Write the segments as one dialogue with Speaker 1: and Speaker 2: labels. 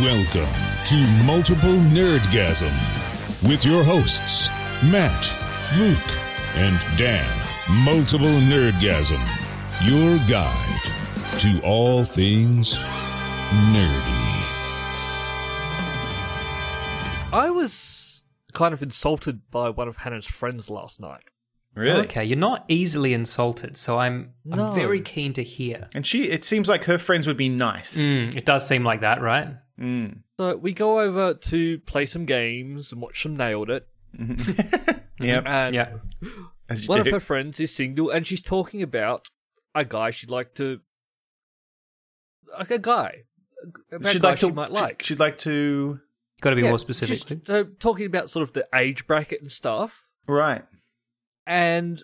Speaker 1: Welcome to Multiple Nerdgasm with your hosts, Matt, Luke, and Dan. Multiple Nerdgasm, your guide to all things nerdy.
Speaker 2: I was kind of insulted by one of Hannah's friends last night.
Speaker 3: Really?
Speaker 4: Okay, you're not easily insulted, so I'm
Speaker 2: No.
Speaker 4: I'm very keen to hear.
Speaker 3: And she, it seems like her friends would be nice. Mm.
Speaker 4: Mm, it does seem like that, right?
Speaker 2: So we go over to play some games and watch some Nailed It.
Speaker 3: Yep.
Speaker 2: And
Speaker 4: Yeah.
Speaker 3: As
Speaker 2: Uh,
Speaker 3: you
Speaker 2: one of
Speaker 3: do.
Speaker 2: her friends is single and she's talking about a guy she'd like to. Like a guy. About a guy she might like.
Speaker 3: She'd like to.
Speaker 4: Got to be
Speaker 2: Yeah,
Speaker 4: more
Speaker 2: she's-
Speaker 4: specific.
Speaker 2: So talking about sort of the age bracket and stuff.
Speaker 3: Right.
Speaker 2: and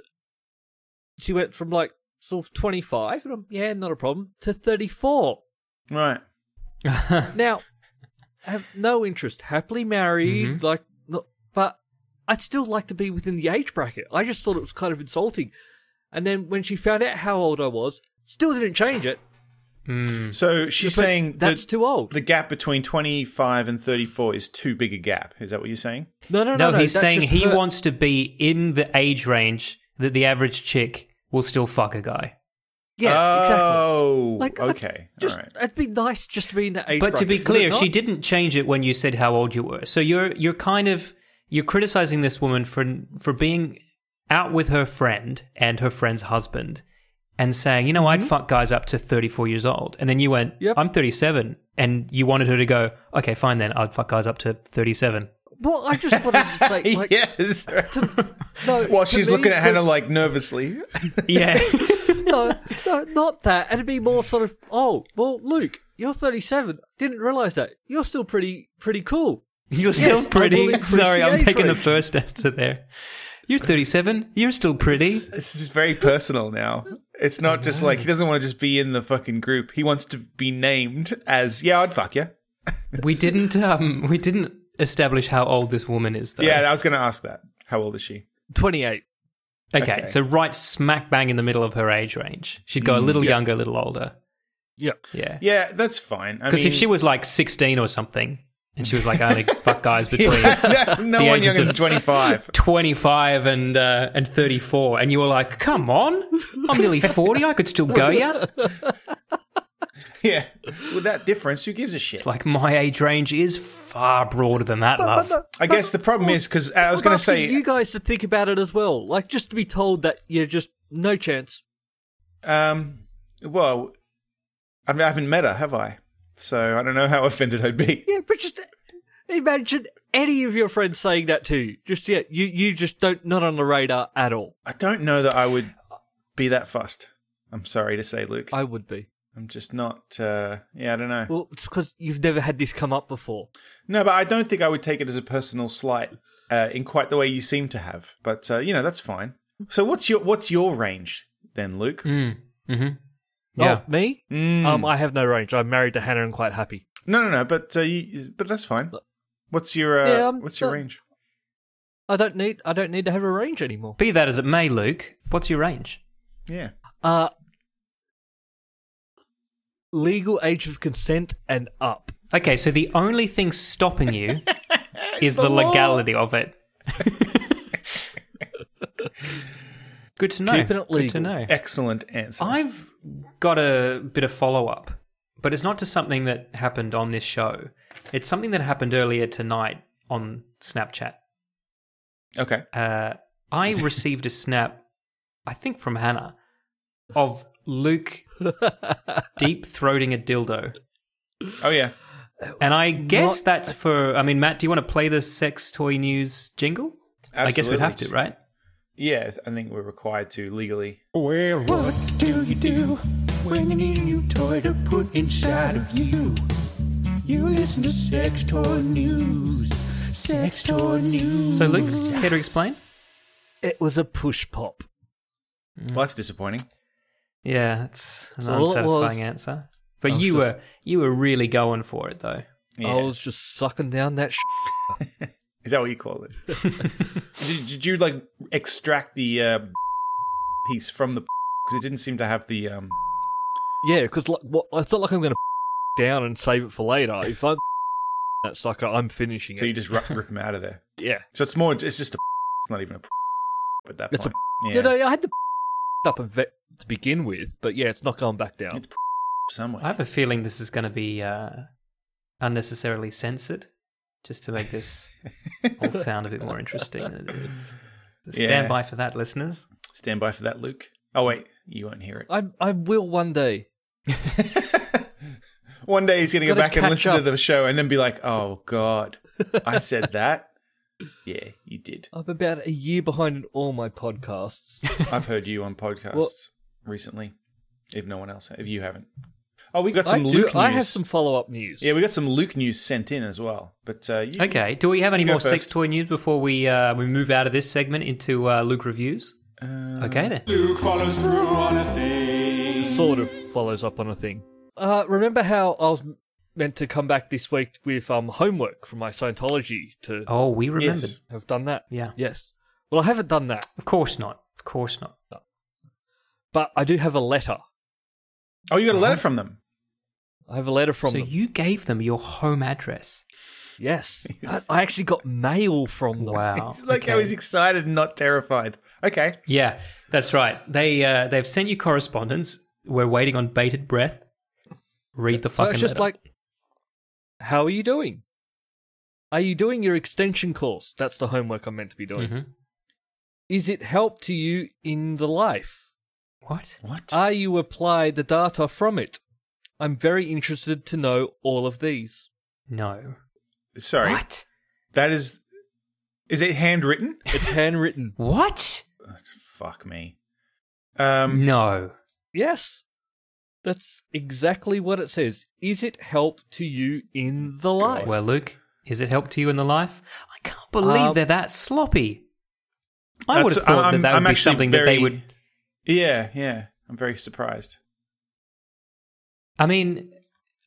Speaker 2: she went from like sort of 25 and I'm, yeah not a problem to 34
Speaker 3: Right.
Speaker 2: now I have no interest happily married
Speaker 3: Mm-hmm.
Speaker 2: like not, but i'd still like to be within the age bracket i just thought it was kind of insulting and then when she found out how old i was still didn't change it
Speaker 4: Mm.
Speaker 3: So she's
Speaker 2: But
Speaker 3: saying
Speaker 2: that's
Speaker 3: that
Speaker 2: too old
Speaker 3: the gap between 25 and 34 is too big a gap. Is that what you're saying?
Speaker 2: no no no
Speaker 4: No, he's
Speaker 2: that's
Speaker 4: saying
Speaker 2: just
Speaker 4: he
Speaker 2: her-
Speaker 4: wants to be in the age range that the average chick will still fuck a guy.
Speaker 2: yes exactly
Speaker 3: Oh,
Speaker 2: like I'd
Speaker 3: okay.
Speaker 2: just
Speaker 3: All right.
Speaker 2: it'd be nice just to be in that age
Speaker 4: But to
Speaker 2: bracket,
Speaker 4: be
Speaker 2: would it
Speaker 4: clear, she
Speaker 2: not?
Speaker 4: didn't change it when you said how old you were. So you're you're kind of you're criticizing this woman for for being out with her friend and her friend's husband and saying, you know, I'd fuck guys up to 34 years old. And then you went,
Speaker 2: Mm-hmm. Yep.
Speaker 4: I'm 37. And you wanted her to go, okay, fine then, I'd fuck guys up to 37.
Speaker 2: well i just wanted to say like
Speaker 3: yes.
Speaker 2: no,
Speaker 3: While
Speaker 2: to
Speaker 3: she's
Speaker 2: me,
Speaker 3: looking at Hannah
Speaker 2: because-
Speaker 3: like nervously.
Speaker 4: Yeah.
Speaker 2: no, no, not that. And it'd be more sort of, oh, well, Luke, you're 37. Didn't realize that. You're still pretty, pretty cool.
Speaker 4: You're still
Speaker 2: Yes, I will
Speaker 4: pretty.
Speaker 2: increase
Speaker 4: Sorry,
Speaker 2: the
Speaker 4: I'm
Speaker 2: age
Speaker 4: taking the
Speaker 2: range.
Speaker 4: first answer there. You're 37. You're still pretty.
Speaker 3: This is very personal now. It's not just like he doesn't want to just be in the fucking group. He wants to be named as, yeah, I'd fuck you.
Speaker 4: We didn't. Um, we didn't establish how old this woman is, though.
Speaker 3: Yeah, I was going to ask that. How old is she?
Speaker 2: 28.
Speaker 4: Okay,
Speaker 3: Okay.
Speaker 4: so right smack bang in the middle of her age range. She'd go a little younger, a little older.
Speaker 2: Yeah.
Speaker 4: Yeah.
Speaker 3: Yeah, that's fine. Because
Speaker 4: Because if she was like 16 or something, and she was like, I only fuck guys between
Speaker 3: no
Speaker 4: the
Speaker 3: one
Speaker 4: ages
Speaker 3: younger than
Speaker 4: of-
Speaker 3: 25.
Speaker 4: 25 and uh, and 34, and you were like, come on, I'm nearly 40, I could still go, yeah?
Speaker 3: yeah. With that difference, who gives a shit?
Speaker 4: It's like, my age range is far broader than that, love.
Speaker 3: I guess the problem is because I was
Speaker 2: I'm
Speaker 3: going to
Speaker 2: asking
Speaker 3: say,
Speaker 2: You guys to think about it as well. Like, just to be told that you're just no chance.
Speaker 3: um, well, I, mean, I haven't met her, have I? So I don't know how offended I'd be.
Speaker 2: Yeah, but just imagine any of your friends saying that to you. Just, yeah, you, you just don't, not on the radar at all.
Speaker 3: I don't know that I would be that fussed. I'm sorry to say, Luke. I,
Speaker 2: I would be.
Speaker 3: am just not. Uh, yeah, I don't know.
Speaker 2: Well, it's because you've never had this come up before.
Speaker 3: no, but I don't think I would take it as a personal slight uh, in quite the way you seem to have. But uh, you know, that's fine. So what's your what's your range then, Luke?
Speaker 4: Mm. uh, hmm Yeah.
Speaker 2: Oh, me?
Speaker 3: Mm.
Speaker 2: Um, I have no range. I'm married to Hannah and quite happy.
Speaker 3: No, no, no. But uh, you, but that's fine. What's your uh,
Speaker 2: Yeah,
Speaker 4: um,
Speaker 2: I'm-
Speaker 3: what's your
Speaker 2: uh,
Speaker 3: range?
Speaker 2: I don't need, I don't need to have a range anymore.
Speaker 4: Be that as it may, Luke, what's your range?
Speaker 3: Yeah.
Speaker 2: Uh legal age of consent and up.
Speaker 4: Okay, so the only thing stopping you is the,
Speaker 3: law.
Speaker 4: legality of it. Good to know.
Speaker 2: Keeping it
Speaker 4: Good to
Speaker 2: legal.
Speaker 4: know.
Speaker 3: Excellent answer.
Speaker 4: I've got a bit of follow up, but it's not to something that happened on this show. It's something that happened earlier tonight on Snapchat.
Speaker 3: okay.
Speaker 4: Uh, I received a snap, I think from Hannah, of Luke deep throating a dildo.
Speaker 3: Oh yeah.
Speaker 4: And I guess
Speaker 2: not-
Speaker 4: that's for. I mean, Matt, do you want to play the sex toy news jingle? I guess we'd have to,
Speaker 3: Absolutely.
Speaker 4: right?
Speaker 3: Yeah, I think we're required to legally.
Speaker 5: Well, what do you do when you need a new toy to put inside of you? You listen to Sex Toy News. Sex Toy News.
Speaker 4: So, Luke, care to explain?
Speaker 2: It was a push pop.
Speaker 4: Mm.
Speaker 3: Well, that's disappointing.
Speaker 4: Yeah, that's an
Speaker 2: So all it was-
Speaker 4: unsatisfying answer. But
Speaker 3: Oh,
Speaker 2: I was
Speaker 4: you
Speaker 2: just-
Speaker 4: were you were really going for it though.
Speaker 3: Yeah.
Speaker 2: I was just sucking down that. Sh-
Speaker 3: Is that what you call it? did, did you like extract the uh, piece from the because it didn't seem to have the um?
Speaker 2: yeah, because like, what, it's not like I'm going to down and save it for later. If I'm that sucker. I'm finishing
Speaker 3: So
Speaker 2: it.
Speaker 3: you just rip, rip him out of there.
Speaker 2: yeah.
Speaker 3: So it's more. It's just a. It's not even a. At that
Speaker 2: It's a-
Speaker 3: point, yeah,
Speaker 2: Did I, I had to up a vet to begin with, but yeah, it's not going back down.
Speaker 3: somewhere.
Speaker 4: I have a feeling this is going to be uh, unnecessarily censored, just to make this all sound a bit more interesting than it is. So
Speaker 3: Yeah.
Speaker 4: Stand by for that, listeners.
Speaker 3: Stand by for that, Luke. Oh wait, you won't hear it.
Speaker 2: I I will one day.
Speaker 3: One day he's going to go
Speaker 2: Gotta
Speaker 3: back and
Speaker 2: catch
Speaker 3: listen
Speaker 2: up.
Speaker 3: to the show and then be like, "Oh God, I said that." Yeah, you did.
Speaker 2: I'm about a year behind in all my podcasts.
Speaker 3: I've heard you on podcasts
Speaker 2: Well-
Speaker 3: recently. If no one else, if you haven't. Oh, we got
Speaker 2: I,
Speaker 3: some
Speaker 2: do-
Speaker 3: Luke news.
Speaker 2: I have some follow up news.
Speaker 3: Yeah, we got some Luke news sent in as well. But uh, you,
Speaker 4: Okay, do we have any
Speaker 3: You go
Speaker 4: more sex
Speaker 3: first.
Speaker 4: toy news before we uh, we move out of this segment into uh, Luke reviews?
Speaker 3: Uh,
Speaker 4: okay then.
Speaker 5: Luke follows through on a thing.
Speaker 2: sort of follows up on a thing. Uh, remember how I was meant to come back this week with um homework from my Scientology to
Speaker 4: Oh, we remembered.
Speaker 3: Yes.
Speaker 2: have done that?
Speaker 4: Yeah.
Speaker 2: Yes. Well, I haven't done that,
Speaker 4: Of course not. Of course not.
Speaker 2: but I do have a letter.
Speaker 3: Oh, you got a letter
Speaker 2: Uh-huh.
Speaker 3: from them.
Speaker 2: I have a letter from
Speaker 4: so
Speaker 2: them.
Speaker 4: you gave them your home address.
Speaker 2: yes. I, I actually got mail from them.
Speaker 4: Wow.
Speaker 3: It's like I
Speaker 4: okay.
Speaker 3: was excited and not terrified. Okay.
Speaker 4: Yeah, that's right. They uh, they've sent you correspondence. We're waiting on bated breath. Read the
Speaker 2: So
Speaker 4: fucking.
Speaker 2: it's just
Speaker 4: letter.
Speaker 2: like, how are you doing? Are you doing your extension course? That's the homework I'm meant to be doing.
Speaker 4: Mhm.
Speaker 2: Is it help to you in the life?
Speaker 4: what?
Speaker 3: What?
Speaker 2: Are you apply the data from it? I'm very interested to know all of these.
Speaker 4: No.
Speaker 3: Sorry.
Speaker 4: What?
Speaker 3: That is. Is it handwritten?
Speaker 2: It's handwritten.
Speaker 4: What?
Speaker 3: Fuck me. Um.
Speaker 4: no.
Speaker 2: yes. That's exactly what it says. Is it help to you in the life?
Speaker 4: Well, Luke, is it help to you in the life? I can't believe
Speaker 2: Um,
Speaker 4: they're that sloppy. I would
Speaker 3: Uh, That's-
Speaker 4: have thought
Speaker 3: I'm-
Speaker 4: that that would
Speaker 3: I'm
Speaker 4: be
Speaker 3: actually
Speaker 4: something that they
Speaker 3: very-
Speaker 4: would.
Speaker 3: Yeah. Yeah. I'm very surprised.
Speaker 4: I mean,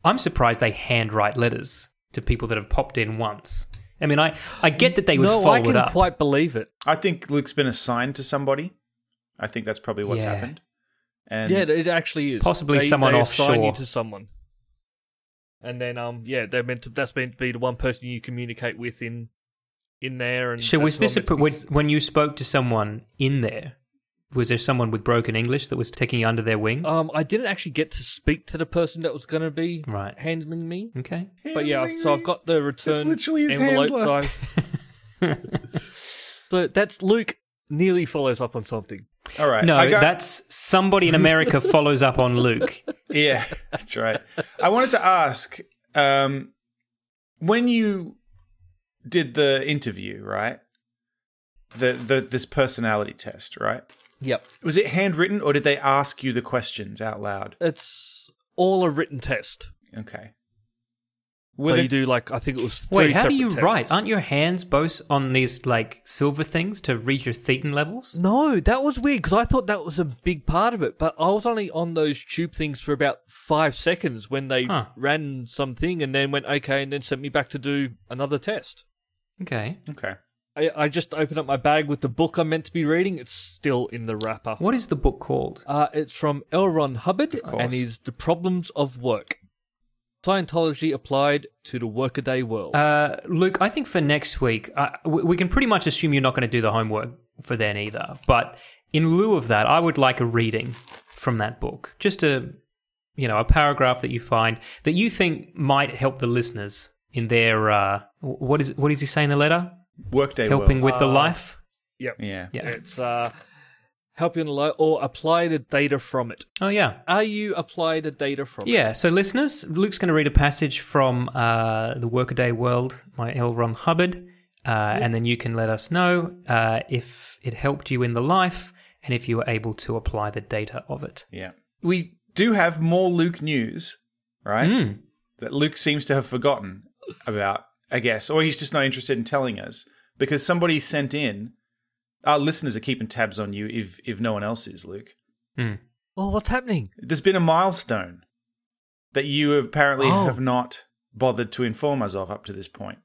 Speaker 4: I'm surprised they handwrite letters to people that have popped in once. I mean, I, I get that they would
Speaker 2: no,
Speaker 4: follow
Speaker 2: I can
Speaker 4: it up.
Speaker 2: quite believe it.
Speaker 3: I think Luke's been assigned to somebody. I think that's probably what's
Speaker 4: Yeah.
Speaker 3: happened. And
Speaker 2: yeah, it actually is.
Speaker 4: Possibly
Speaker 2: They-
Speaker 4: someone
Speaker 2: they assign you
Speaker 4: offshore.
Speaker 2: to someone, and then um, yeah, they're meant to. That's meant to be the one person you communicate with in, in there. And
Speaker 4: so was
Speaker 2: that's
Speaker 4: this
Speaker 2: what
Speaker 4: a, pr-
Speaker 2: I'm
Speaker 4: when,
Speaker 2: meant to be-
Speaker 4: when you spoke to someone in there? Was there someone with broken English that was taking you under their wing?
Speaker 2: Um, I didn't actually get to speak to the person that was going to be
Speaker 4: Right.
Speaker 2: handling me,
Speaker 4: okay.
Speaker 2: but yeah, I've- so I've got the return
Speaker 3: literally his
Speaker 2: envelope.
Speaker 3: handler.
Speaker 2: So, I- so that's Luke nearly follows up on something.
Speaker 3: All right.
Speaker 4: No,
Speaker 3: I got-
Speaker 4: that's somebody in America follows up on Luke.
Speaker 3: yeah, that's right. I wanted to ask um, when you did the interview, right? The, the this personality test, right?
Speaker 2: Yep,
Speaker 3: Was it handwritten or did they ask you the questions out loud?
Speaker 2: it's all a written test.
Speaker 3: Okay. Were
Speaker 2: Where
Speaker 3: they-
Speaker 2: you do like I think it was. Three
Speaker 4: Wait, how do
Speaker 2: separate
Speaker 4: you
Speaker 2: tests.
Speaker 4: write? Aren't your hands both on these like silver things to read your thetan levels?
Speaker 2: No, that was weird because I thought that was a big part of it, but I was only on those tube things for about five seconds when they
Speaker 4: Huh.
Speaker 2: ran something and then went okay and then sent me back to do another test.
Speaker 4: Okay.
Speaker 3: okay.
Speaker 2: I, I just opened up my bag with the book I'm meant to be reading. It's still in the wrapper.
Speaker 4: What is the book called?
Speaker 2: Uh, it's from L. Ron Hubbard
Speaker 3: course.
Speaker 2: and is The Problems of Work. Scientology applied to the workaday world.
Speaker 4: Uh, Luke, I think for next week, uh, we, we can pretty much assume you're not going to do the homework for then either. But in lieu of that, I would like a reading from that book. Just a, you know, a paragraph that you find that you think might help the listeners in their, uh, wh- what is what does he say in the letter?
Speaker 3: Workday
Speaker 4: Helping
Speaker 3: world.
Speaker 4: with the life?
Speaker 2: yep.
Speaker 3: Yeah.
Speaker 4: Yeah.
Speaker 2: It's uh, help you in the lo- or apply the data from it.
Speaker 4: Oh, yeah.
Speaker 2: Are you apply the data from it?
Speaker 4: Yeah, so listeners, Luke's going to read a passage from uh, The Workaday World by L. Ron Hubbard, uh, and then you can let us know uh, if it helped you in the life and if you were able to apply the data of it.
Speaker 3: Yeah. We do have more Luke news, right?
Speaker 2: Hmm.
Speaker 3: That Luke seems to have forgotten about, I guess, or he's just not interested in telling us because somebody sent in. Our listeners are keeping tabs on you if if no one else is, Luke.
Speaker 4: Hmm.
Speaker 2: Oh, what's happening?
Speaker 3: There's been a milestone that you apparently
Speaker 2: Oh.
Speaker 3: have not bothered to inform us of up to this point.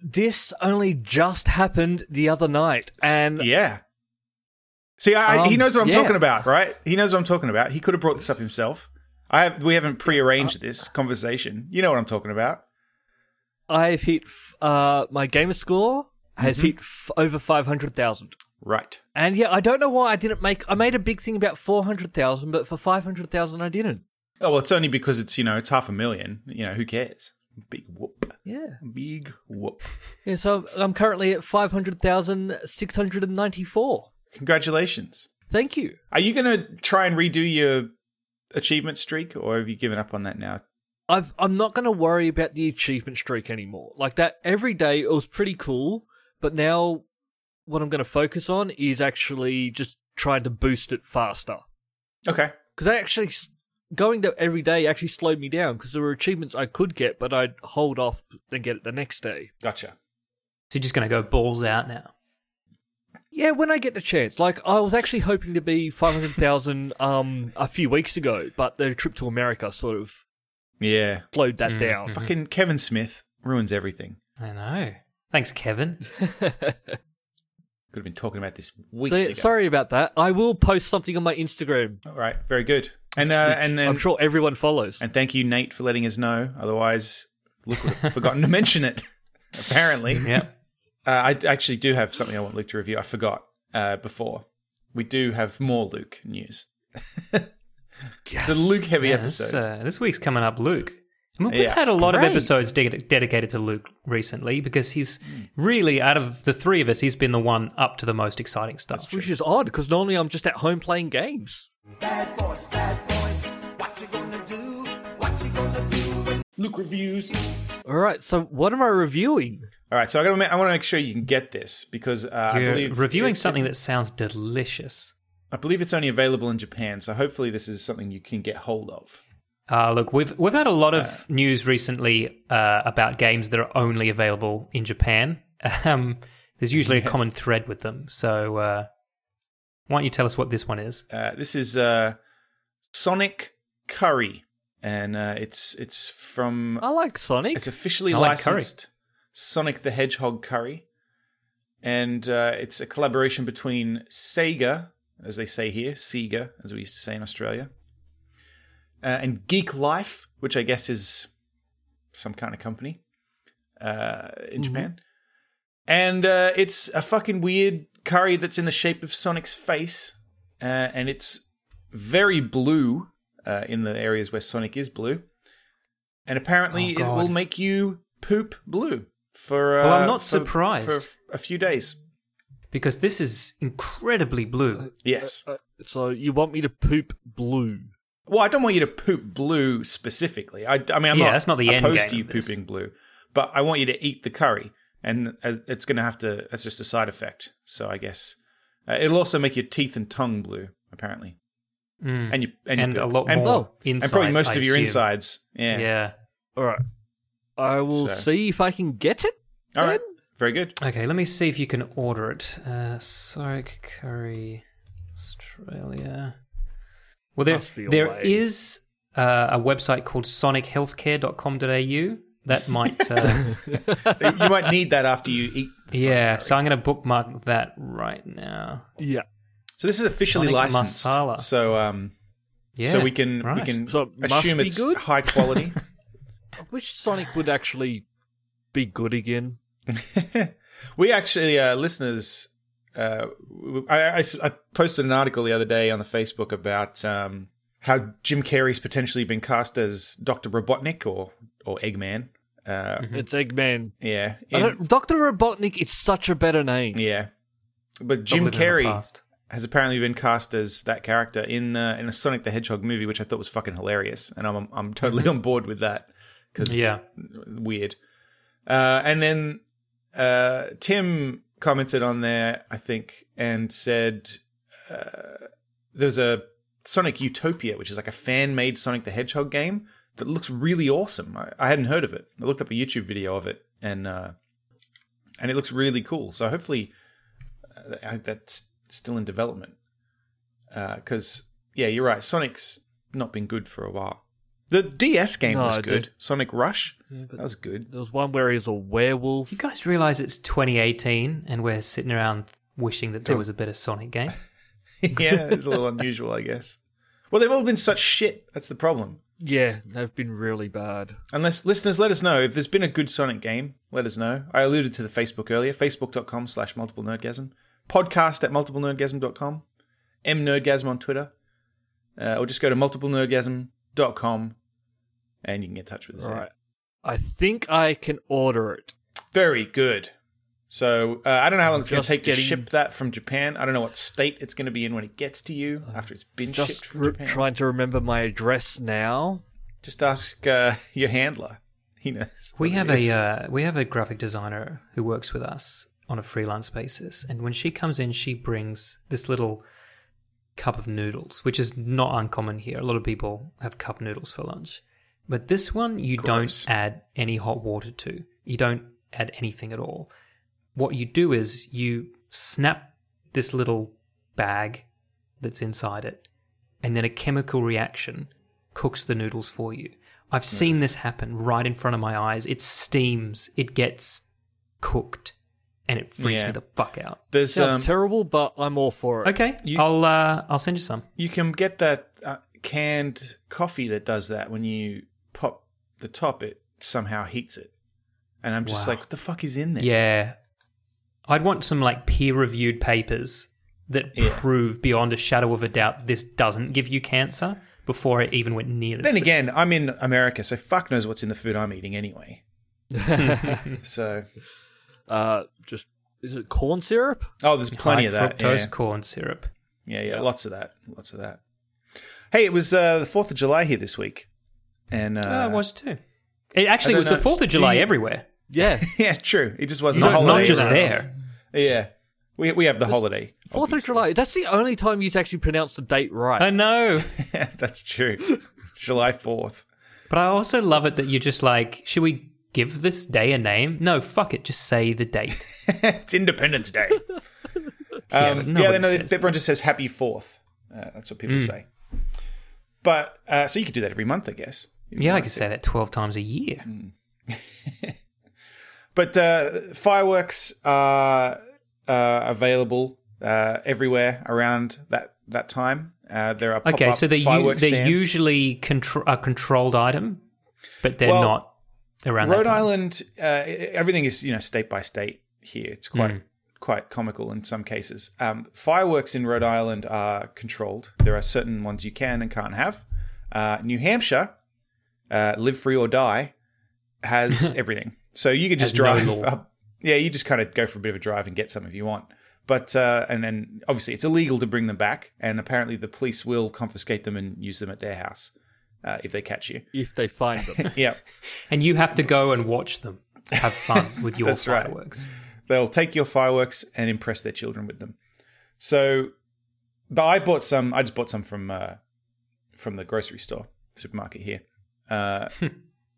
Speaker 2: This only just happened the other night, and
Speaker 3: yeah. See, I, I- he
Speaker 2: Um,
Speaker 3: knows what I'm
Speaker 2: yeah.
Speaker 3: talking about, right? He knows what I'm talking about. He could have brought this up himself. I have, we haven't prearranged this conversation. You know what I'm talking about.
Speaker 2: I've hit f- uh, my gamer score has hit f- over five hundred thousand.
Speaker 3: Right.
Speaker 2: And yeah, I don't know why I didn't make. I made a big thing about four hundred thousand, but for five hundred thousand, I didn't.
Speaker 3: Oh well, it's only because it's you know it's half a million. You know who cares? Big whoop.
Speaker 2: Yeah,
Speaker 3: Big whoop.
Speaker 2: yeah. So I'm currently at five hundred thousand six hundred and ninety-four.
Speaker 3: Congratulations.
Speaker 2: Thank you.
Speaker 3: Are you going to try and redo your achievement streak, or have you given up on that now?
Speaker 2: I've, I'm not going to worry about the achievement streak anymore. Like that, every day it was pretty cool, but now what I'm going to focus on is actually just trying to boost it faster.
Speaker 3: Okay.
Speaker 2: Because I actually, s- going there every day actually slowed me down because there were achievements I could get, but I'd hold off and get it the next day.
Speaker 3: Gotcha.
Speaker 4: So you're just going to go balls out now.
Speaker 2: Yeah, when I get the chance. Like I was actually hoping to be 500,000 um, a few weeks ago, but the trip to America sort of
Speaker 3: Yeah.
Speaker 2: slowed that
Speaker 3: Mm-hmm.
Speaker 2: down.
Speaker 3: Fucking Kevin Smith ruins everything.
Speaker 4: I know. Thanks, Kevin.
Speaker 3: Could have been talking about this weeks
Speaker 2: So,
Speaker 3: ago.
Speaker 2: sorry about that. I will post something on my Instagram.
Speaker 3: All right. Very good. And uh, and then
Speaker 2: I'm sure everyone follows.
Speaker 3: and thank you, Nate, for letting us know. Otherwise, Luke would have forgotten to mention it. Apparently.
Speaker 4: Yeah.
Speaker 3: Uh, I d- actually do have something I want Luke to review. I forgot uh, before. We do have more Luke news.
Speaker 2: Yes.
Speaker 3: The Luke heavy
Speaker 4: Yeah, this,
Speaker 3: episode.
Speaker 4: uh, this week's coming up, Luke. I mean, we've
Speaker 3: Yeah.
Speaker 4: had a lot
Speaker 2: Great.
Speaker 4: of episodes de- dedicated to Luke recently because he's really, out of the three of us, he's been the one up to the most exciting stuff.
Speaker 2: Which is odd because normally I'm just at home playing games.
Speaker 6: Bad boys, bad boys. What you gonna do? What you gonna do when
Speaker 3: Luke reviews.
Speaker 2: All right, so what am I reviewing?
Speaker 3: All right, so I got to. I want to make sure you can get this because uh, I
Speaker 4: You're
Speaker 3: believe
Speaker 4: reviewing
Speaker 3: it-
Speaker 4: something that sounds delicious.
Speaker 3: I believe it's only available in Japan, so hopefully this is something you can get hold of.
Speaker 4: Uh, look, we've we've had a lot of
Speaker 3: Uh.
Speaker 4: news recently uh, about games that are only available in Japan. Um, there's usually a common thread with them. So uh, why don't you tell us what this one is?
Speaker 3: Uh, this is uh, Sonic Curry, and uh, it's it's from
Speaker 2: I like Sonic.
Speaker 3: It's officially
Speaker 4: I like curry.
Speaker 3: licensed Sonic the Hedgehog curry, and uh, it's a collaboration between Sega, as they say here, Sega, as we used to say in Australia, uh, and Geek Life, which I guess is some kind of company uh, in
Speaker 4: Mm-hmm.
Speaker 3: Japan. And uh, it's a fucking weird curry that's in the shape of Sonic's face, uh, and it's very blue uh, in the areas where Sonic is blue. And apparently,
Speaker 4: Oh,
Speaker 3: it
Speaker 4: God.
Speaker 3: will make you poop blue for. Uh,
Speaker 4: Well, I'm not
Speaker 3: for-
Speaker 4: surprised.
Speaker 3: for a few days.
Speaker 4: Because this is incredibly blue.
Speaker 3: Yes.
Speaker 2: Uh, so you want me to poop blue?
Speaker 3: Well, I don't want you to poop blue specifically. I, I mean, I'm
Speaker 4: Yeah,
Speaker 3: not,
Speaker 4: that's not the end
Speaker 3: opposed
Speaker 4: game
Speaker 3: to you
Speaker 4: of this.
Speaker 3: pooping blue, but I want you to eat the curry, and as- it's going to have to. That's just a side effect. So I guess uh, it'll also make your teeth and tongue blue, apparently,
Speaker 4: Mm.
Speaker 3: and you and,
Speaker 4: And
Speaker 3: your
Speaker 4: a
Speaker 3: poop.
Speaker 4: lot
Speaker 3: and,
Speaker 4: more
Speaker 2: oh,
Speaker 4: inside.
Speaker 3: and probably most
Speaker 4: I
Speaker 3: of your
Speaker 4: assume.
Speaker 3: insides. Yeah.
Speaker 4: Yeah.
Speaker 2: All right, I will
Speaker 3: So-
Speaker 2: see if I can get it.
Speaker 3: All right.
Speaker 2: then.
Speaker 3: Very good.
Speaker 4: Okay, let me see if you can order it. Uh, Sonic Curry, Australia. Well, there
Speaker 2: Must be a
Speaker 4: there
Speaker 2: way.
Speaker 4: is uh, a website called sonichealthcare.com.au. That might, uh,
Speaker 3: you might need that after you eat. the Sonic
Speaker 4: yeah.
Speaker 3: curry.
Speaker 4: So I'm going to bookmark that right now.
Speaker 2: Yeah.
Speaker 3: So this is officially
Speaker 4: Sonic
Speaker 3: licensed.
Speaker 4: masala.
Speaker 3: So um,
Speaker 4: Yeah.
Speaker 3: so we can we
Speaker 4: right.
Speaker 3: can
Speaker 2: So it must
Speaker 3: assume
Speaker 2: be
Speaker 3: it's
Speaker 2: good?
Speaker 3: high quality.
Speaker 2: Which Sonic would actually be good again?
Speaker 3: we actually uh, listeners. Uh, w- I, I s- I posted an article the other day on the Facebook about um, how Jim Carrey's potentially been cast as Doctor Robotnik or or Eggman. Uh,
Speaker 2: It's Eggman.
Speaker 3: Yeah,
Speaker 2: I
Speaker 3: in-
Speaker 2: don't, Dr. Robotnik is such a better name.
Speaker 3: yeah. But
Speaker 4: Don't
Speaker 3: Jim
Speaker 4: live in the
Speaker 3: Carrey
Speaker 4: past.
Speaker 3: has apparently been cast as that character in uh, in a Sonic the Hedgehog movie, which I thought was fucking hilarious, and I'm I'm totally on board with that because
Speaker 4: Mm-hmm. Yeah.
Speaker 3: weird. Uh, and then uh, Tim commented on there, I think, and said uh, there's a Sonic Utopia, which is like a fan made Sonic the Hedgehog game that looks really awesome. I, I hadn't heard of it. I looked up a YouTube video of it, and uh, and it looks really cool. So hopefully uh, I- that's still in development. Because yeah, you're right. Sonic's not been good for a while. The DS game
Speaker 2: No,
Speaker 3: was
Speaker 2: it
Speaker 3: good.
Speaker 2: did.
Speaker 3: Sonic Rush.
Speaker 2: but-
Speaker 3: that was good.
Speaker 2: There was one where he's a werewolf.
Speaker 4: You guys realize it's 2018 and we're sitting around wishing that there was a better Sonic game?
Speaker 3: yeah, it's a little unusual, I guess. Well, they've all been such shit. That's the problem.
Speaker 2: Yeah, they've been really bad.
Speaker 3: Unless listeners, let us know if there's been a good Sonic game. Let us know. I alluded to the Facebook earlier. Facebook.com slash multiple nerdgasm. Podcast at multiple nerdgasm.com. Mnerdgasm on Twitter. Uh, or just go to multiple nerdgasm.com and you can get in touch with us.
Speaker 2: All
Speaker 3: there.
Speaker 2: right. I think I can order it.
Speaker 3: Very good. So uh, I don't know how long it's going
Speaker 2: Just
Speaker 3: to take to
Speaker 2: getting-
Speaker 3: ship that from Japan. I don't know what state it's going to be in when it gets to you after it's been shipped
Speaker 2: Just
Speaker 3: from
Speaker 2: re-
Speaker 3: Japan.
Speaker 2: trying to remember my address now.
Speaker 3: Just ask uh, your handler. He knows.
Speaker 4: We
Speaker 3: what it
Speaker 4: have
Speaker 3: is.
Speaker 4: a uh, we have a graphic designer who works with us on a freelance basis, and when she comes in, she brings this little cup of noodles, which is not uncommon here. A lot of people have cup noodles for lunch, but this one you
Speaker 3: Gross.
Speaker 4: don't add any hot water to. You don't add anything at all. What you do is you snap this little bag that's inside it, and then a chemical reaction cooks the noodles for you. I've seen this happen right in front of my eyes. It steams, it gets cooked, and it freaks
Speaker 3: Yeah.
Speaker 4: me the fuck out.
Speaker 3: There's
Speaker 2: Sounds
Speaker 3: um,
Speaker 2: terrible, but I'm all for it.
Speaker 4: Okay,
Speaker 3: You-
Speaker 4: I'll uh, I'll send you some.
Speaker 3: you can get that uh, canned coffee that does that when you pop the top it somehow heats it and i'm just
Speaker 4: Wow.
Speaker 3: like what the fuck is in there
Speaker 4: Yeah, I'd want some like peer-reviewed papers that
Speaker 3: Yeah.
Speaker 4: prove beyond a shadow of a doubt this doesn't give you cancer before it even went near. This
Speaker 3: then again i'm in america so fuck knows what's in the food i'm eating anyway
Speaker 4: Hmm.
Speaker 3: so
Speaker 2: Uh, just is it corn syrup?
Speaker 3: oh there's plenty of that
Speaker 4: fructose
Speaker 3: yeah.
Speaker 4: corn syrup.
Speaker 3: yeah yeah lots of that lots of that hey it was uh, the 4th of july here this week and uh,
Speaker 4: Oh, it was too. It actually
Speaker 3: don't
Speaker 4: was
Speaker 3: know.
Speaker 4: the Fourth of
Speaker 3: Do
Speaker 4: July
Speaker 3: you-
Speaker 4: everywhere,
Speaker 2: Yeah,
Speaker 3: yeah true it just
Speaker 4: not,
Speaker 3: wasn't a
Speaker 4: not
Speaker 3: holiday
Speaker 4: just
Speaker 3: anywhere
Speaker 4: there.
Speaker 3: else. yeah we, we have the holiday
Speaker 2: Fourth of
Speaker 3: obviously.
Speaker 2: July. That's the only time you actually pronounce the date right.
Speaker 4: I know.
Speaker 3: that's true It's july 4th
Speaker 4: But I also love it that you're just like, should we give this day a name? No, fuck it, just say the date.
Speaker 3: It's Independence Day. um,
Speaker 4: Yeah,
Speaker 3: yeah,
Speaker 4: but
Speaker 3: no,
Speaker 4: nobody
Speaker 3: no,
Speaker 4: says Hmm.
Speaker 3: everyone just says Happy Fourth. Uh, that's what people say. But uh, so you could do that every month, I guess.
Speaker 4: yeah, I could say that 12 times a year.
Speaker 3: Mm. But uh, fireworks are uh, available uh, everywhere around that that time. Uh, there are
Speaker 4: Okay,
Speaker 3: pop-up
Speaker 4: so they're, u-
Speaker 3: fireworks
Speaker 4: they're
Speaker 3: stands.
Speaker 4: usually contr- a controlled item, but they're
Speaker 3: Well,
Speaker 4: not around that
Speaker 3: Rhode
Speaker 4: time.
Speaker 3: Island. Uh, everything is you know state by state here. It's quite
Speaker 4: Mm.
Speaker 3: quite comical in some cases. Um, fireworks in Rhode Island are controlled. There are certain ones you can and can't have. Uh, New Hampshire, uh, live free or die, has everything. So you could just
Speaker 4: Has no
Speaker 3: drive
Speaker 4: law.
Speaker 3: up. Yeah, you just kind of go for a bit of a drive and get some if you want. But uh, and then obviously it's illegal to bring them back, and apparently the police will confiscate them and use them at their house uh, if they catch you.
Speaker 2: if they find them,
Speaker 3: Yeah.
Speaker 4: And you have to go and watch them. Have fun with your
Speaker 3: That's right.
Speaker 4: fireworks.
Speaker 3: They'll take your fireworks and impress their children with them. So, but I bought some. I just bought some from uh, from the grocery store supermarket here
Speaker 2: Hmm.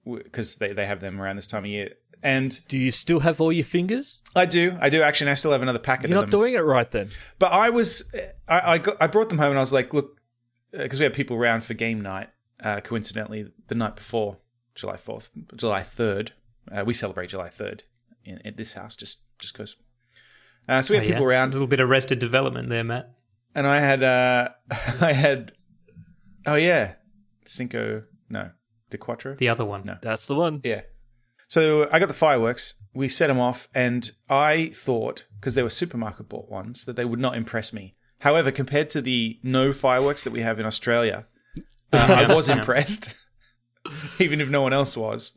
Speaker 3: because they they have them around this time of year. And
Speaker 2: do you still have all your fingers?
Speaker 3: I do, I do actually. And I still have another packet.
Speaker 2: You're
Speaker 3: of
Speaker 2: not
Speaker 3: them.
Speaker 2: doing it right then.
Speaker 3: But I was, I, I got, I brought them home and I was like, look, because we had people around for game night. Uh, coincidentally, the night before July fourth, July third, uh, we celebrate July third in at this house just just because. Uh, so we
Speaker 4: Oh,
Speaker 3: had
Speaker 4: yeah,
Speaker 3: people
Speaker 4: it's
Speaker 3: around,
Speaker 4: A little bit of arrested development there, Matt.
Speaker 3: and I had, uh, I had, oh yeah, Cinco, no, De Quattro,
Speaker 4: The other one.
Speaker 3: No.
Speaker 2: That's the one.
Speaker 3: yeah. So I got the fireworks. We set them off, and I thought because they were supermarket bought ones that they would not impress me. However, compared to the no fireworks that we have in Australia, uh, I was impressed, even if no one else was.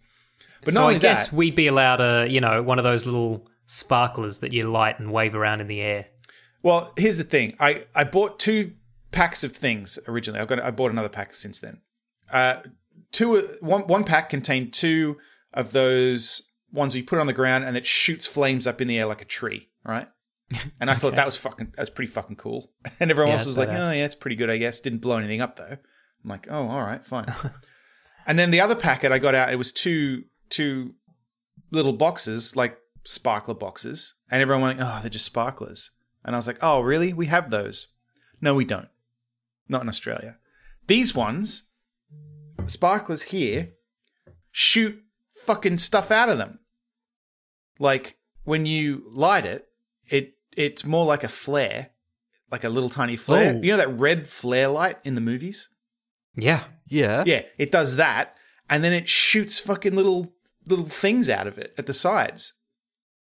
Speaker 3: But
Speaker 4: so
Speaker 3: not
Speaker 4: I
Speaker 3: only
Speaker 4: guess
Speaker 3: that,
Speaker 4: we'd be allowed a, you know, one of those little sparklers that you light and wave around in the air.
Speaker 3: well, here's the thing. I I bought two packs of things originally. I've got I bought another pack since then. Uh, two one one pack contained two of those ones we put on the ground and it shoots flames up in the air like a tree, right? And I thought that was fucking that was pretty fucking cool. And everyone
Speaker 4: Yeah,
Speaker 3: else
Speaker 4: that's
Speaker 3: was like,
Speaker 4: badass.
Speaker 3: "Oh yeah, it's pretty good, I guess." Didn't blow anything up though. I'm like, "Oh, all right, fine." and then the other packet I got out, it was two two little boxes, like sparkler boxes, and everyone went, "Oh, they're just sparklers." And I was like, "Oh, really? We have those?" No, we don't. Not in Australia. These ones, sparklers here, shoot fucking stuff out of them. Like when you light it, it it's more like a flare, like a little tiny flare.
Speaker 2: Oh.
Speaker 3: You know that red flare light in the movies?
Speaker 4: Yeah.
Speaker 2: Yeah.
Speaker 3: Yeah, it does that, and then it shoots fucking little little things out of it at the sides.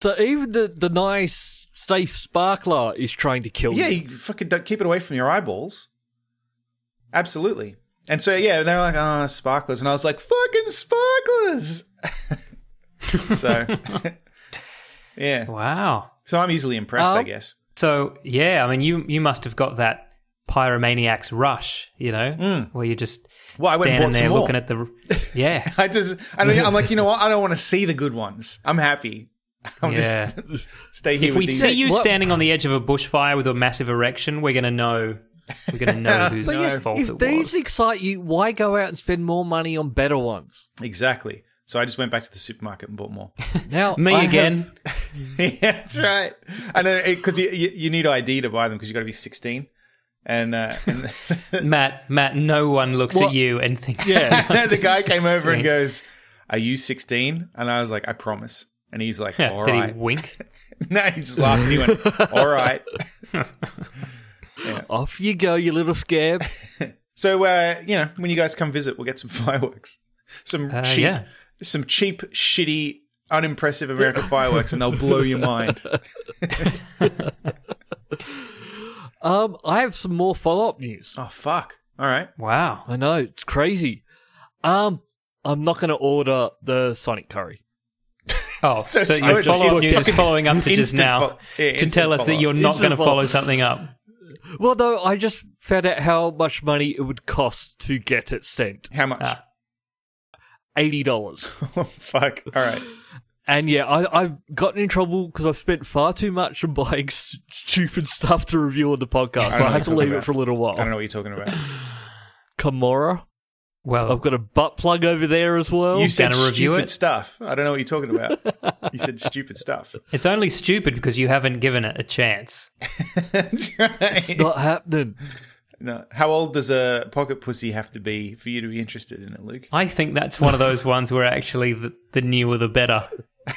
Speaker 2: So even the, the nice, safe sparkler is trying to kill
Speaker 3: Yeah,
Speaker 2: you.
Speaker 3: you fucking don't keep it away from your eyeballs. Absolutely. And so yeah, they were like, "Ah, sparklers," and I was like, "Fucking sparklers!" so, yeah.
Speaker 4: Wow.
Speaker 3: So I'm easily impressed, I
Speaker 4: Oh.
Speaker 2: Um,
Speaker 3: guess.
Speaker 4: So yeah, I mean, you you must have got that pyromaniacs rush, you know, where you're just
Speaker 3: Hmm. Well, I went and
Speaker 4: standing
Speaker 3: bought
Speaker 4: there
Speaker 3: some more.
Speaker 4: looking at the yeah.
Speaker 3: I just, I don't, I'm like, you know what? I don't want to see the good ones. I'm happy. I'm
Speaker 4: Yeah.
Speaker 3: just stay here.
Speaker 4: If
Speaker 3: with
Speaker 4: we
Speaker 3: these.
Speaker 4: see you
Speaker 2: What-
Speaker 4: standing on the edge of a bushfire with a massive erection, we're gonna know. We're gonna know whose
Speaker 3: But yeah,
Speaker 4: fault
Speaker 2: If
Speaker 4: it
Speaker 2: these
Speaker 4: was.
Speaker 2: excite you, why go out and spend more money on better ones?
Speaker 3: exactly. So I just went back to the supermarket and bought more.
Speaker 2: Now
Speaker 4: Me
Speaker 2: I
Speaker 4: again.
Speaker 2: have-
Speaker 3: yeah, that's right. And then because you, you you need ID to buy them because you got to be 16. And, uh, and
Speaker 4: Matt, Matt, no one looks
Speaker 2: What-
Speaker 4: at you and thinks.
Speaker 3: the guy came over and goes, "Are you 16?" And I was like, "I promise." And he's like, "All
Speaker 4: Did
Speaker 3: right."
Speaker 4: he wink?
Speaker 3: no, he just laughed. And he went, "All right."
Speaker 2: off you go, you little scab.
Speaker 3: So uh, you know, when you guys come visit, we'll get some fireworks, some
Speaker 4: Uh,
Speaker 3: cheap,
Speaker 4: yeah.
Speaker 3: some cheap, shitty, unimpressive American fireworks, and they'll blow your mind.
Speaker 2: Um, I have some more follow up news.
Speaker 3: Oh fuck! All right,
Speaker 4: Wow.
Speaker 2: I know it's crazy. Um, I'm not going to order the Sonic curry.
Speaker 4: Oh, so,
Speaker 3: so
Speaker 4: your
Speaker 3: it's
Speaker 4: follow-up
Speaker 3: just
Speaker 4: news is
Speaker 3: fucking
Speaker 4: following up to just
Speaker 3: instant
Speaker 4: now
Speaker 3: fo- yeah,
Speaker 4: to
Speaker 3: instant
Speaker 4: tell us that
Speaker 3: follow-up.
Speaker 4: you're not
Speaker 2: Instant
Speaker 4: going to
Speaker 2: follow-
Speaker 4: follow something up.
Speaker 2: Well, though, I just found out how much money it would cost to get it sent
Speaker 3: how much?
Speaker 4: Ah.
Speaker 2: eighty dollars.
Speaker 3: Oh, fuck! All right,
Speaker 2: And yeah, I, I've gotten in trouble because I've spent far too much on buying s- stupid stuff to review on the podcast.
Speaker 3: I
Speaker 2: So I
Speaker 3: know what
Speaker 2: had to
Speaker 3: you're
Speaker 2: leave
Speaker 3: talking
Speaker 2: it for a
Speaker 3: about.
Speaker 2: little
Speaker 3: I don't
Speaker 2: while.
Speaker 3: know what you're talking about.
Speaker 2: Kamora.
Speaker 4: Well,
Speaker 2: I've got a butt plug over there as well.
Speaker 3: You said
Speaker 4: Oh, gonna review
Speaker 3: stupid
Speaker 4: it?
Speaker 3: stuff. I don't know what you're talking about. you said stupid stuff.
Speaker 4: it's only stupid because you haven't given it a chance.
Speaker 3: That's right.
Speaker 2: Not happening.
Speaker 3: no. How old does a pocket pussy have to be for you to be interested in it, Luke?
Speaker 4: I think that's one of those ones where actually the, the newer the better.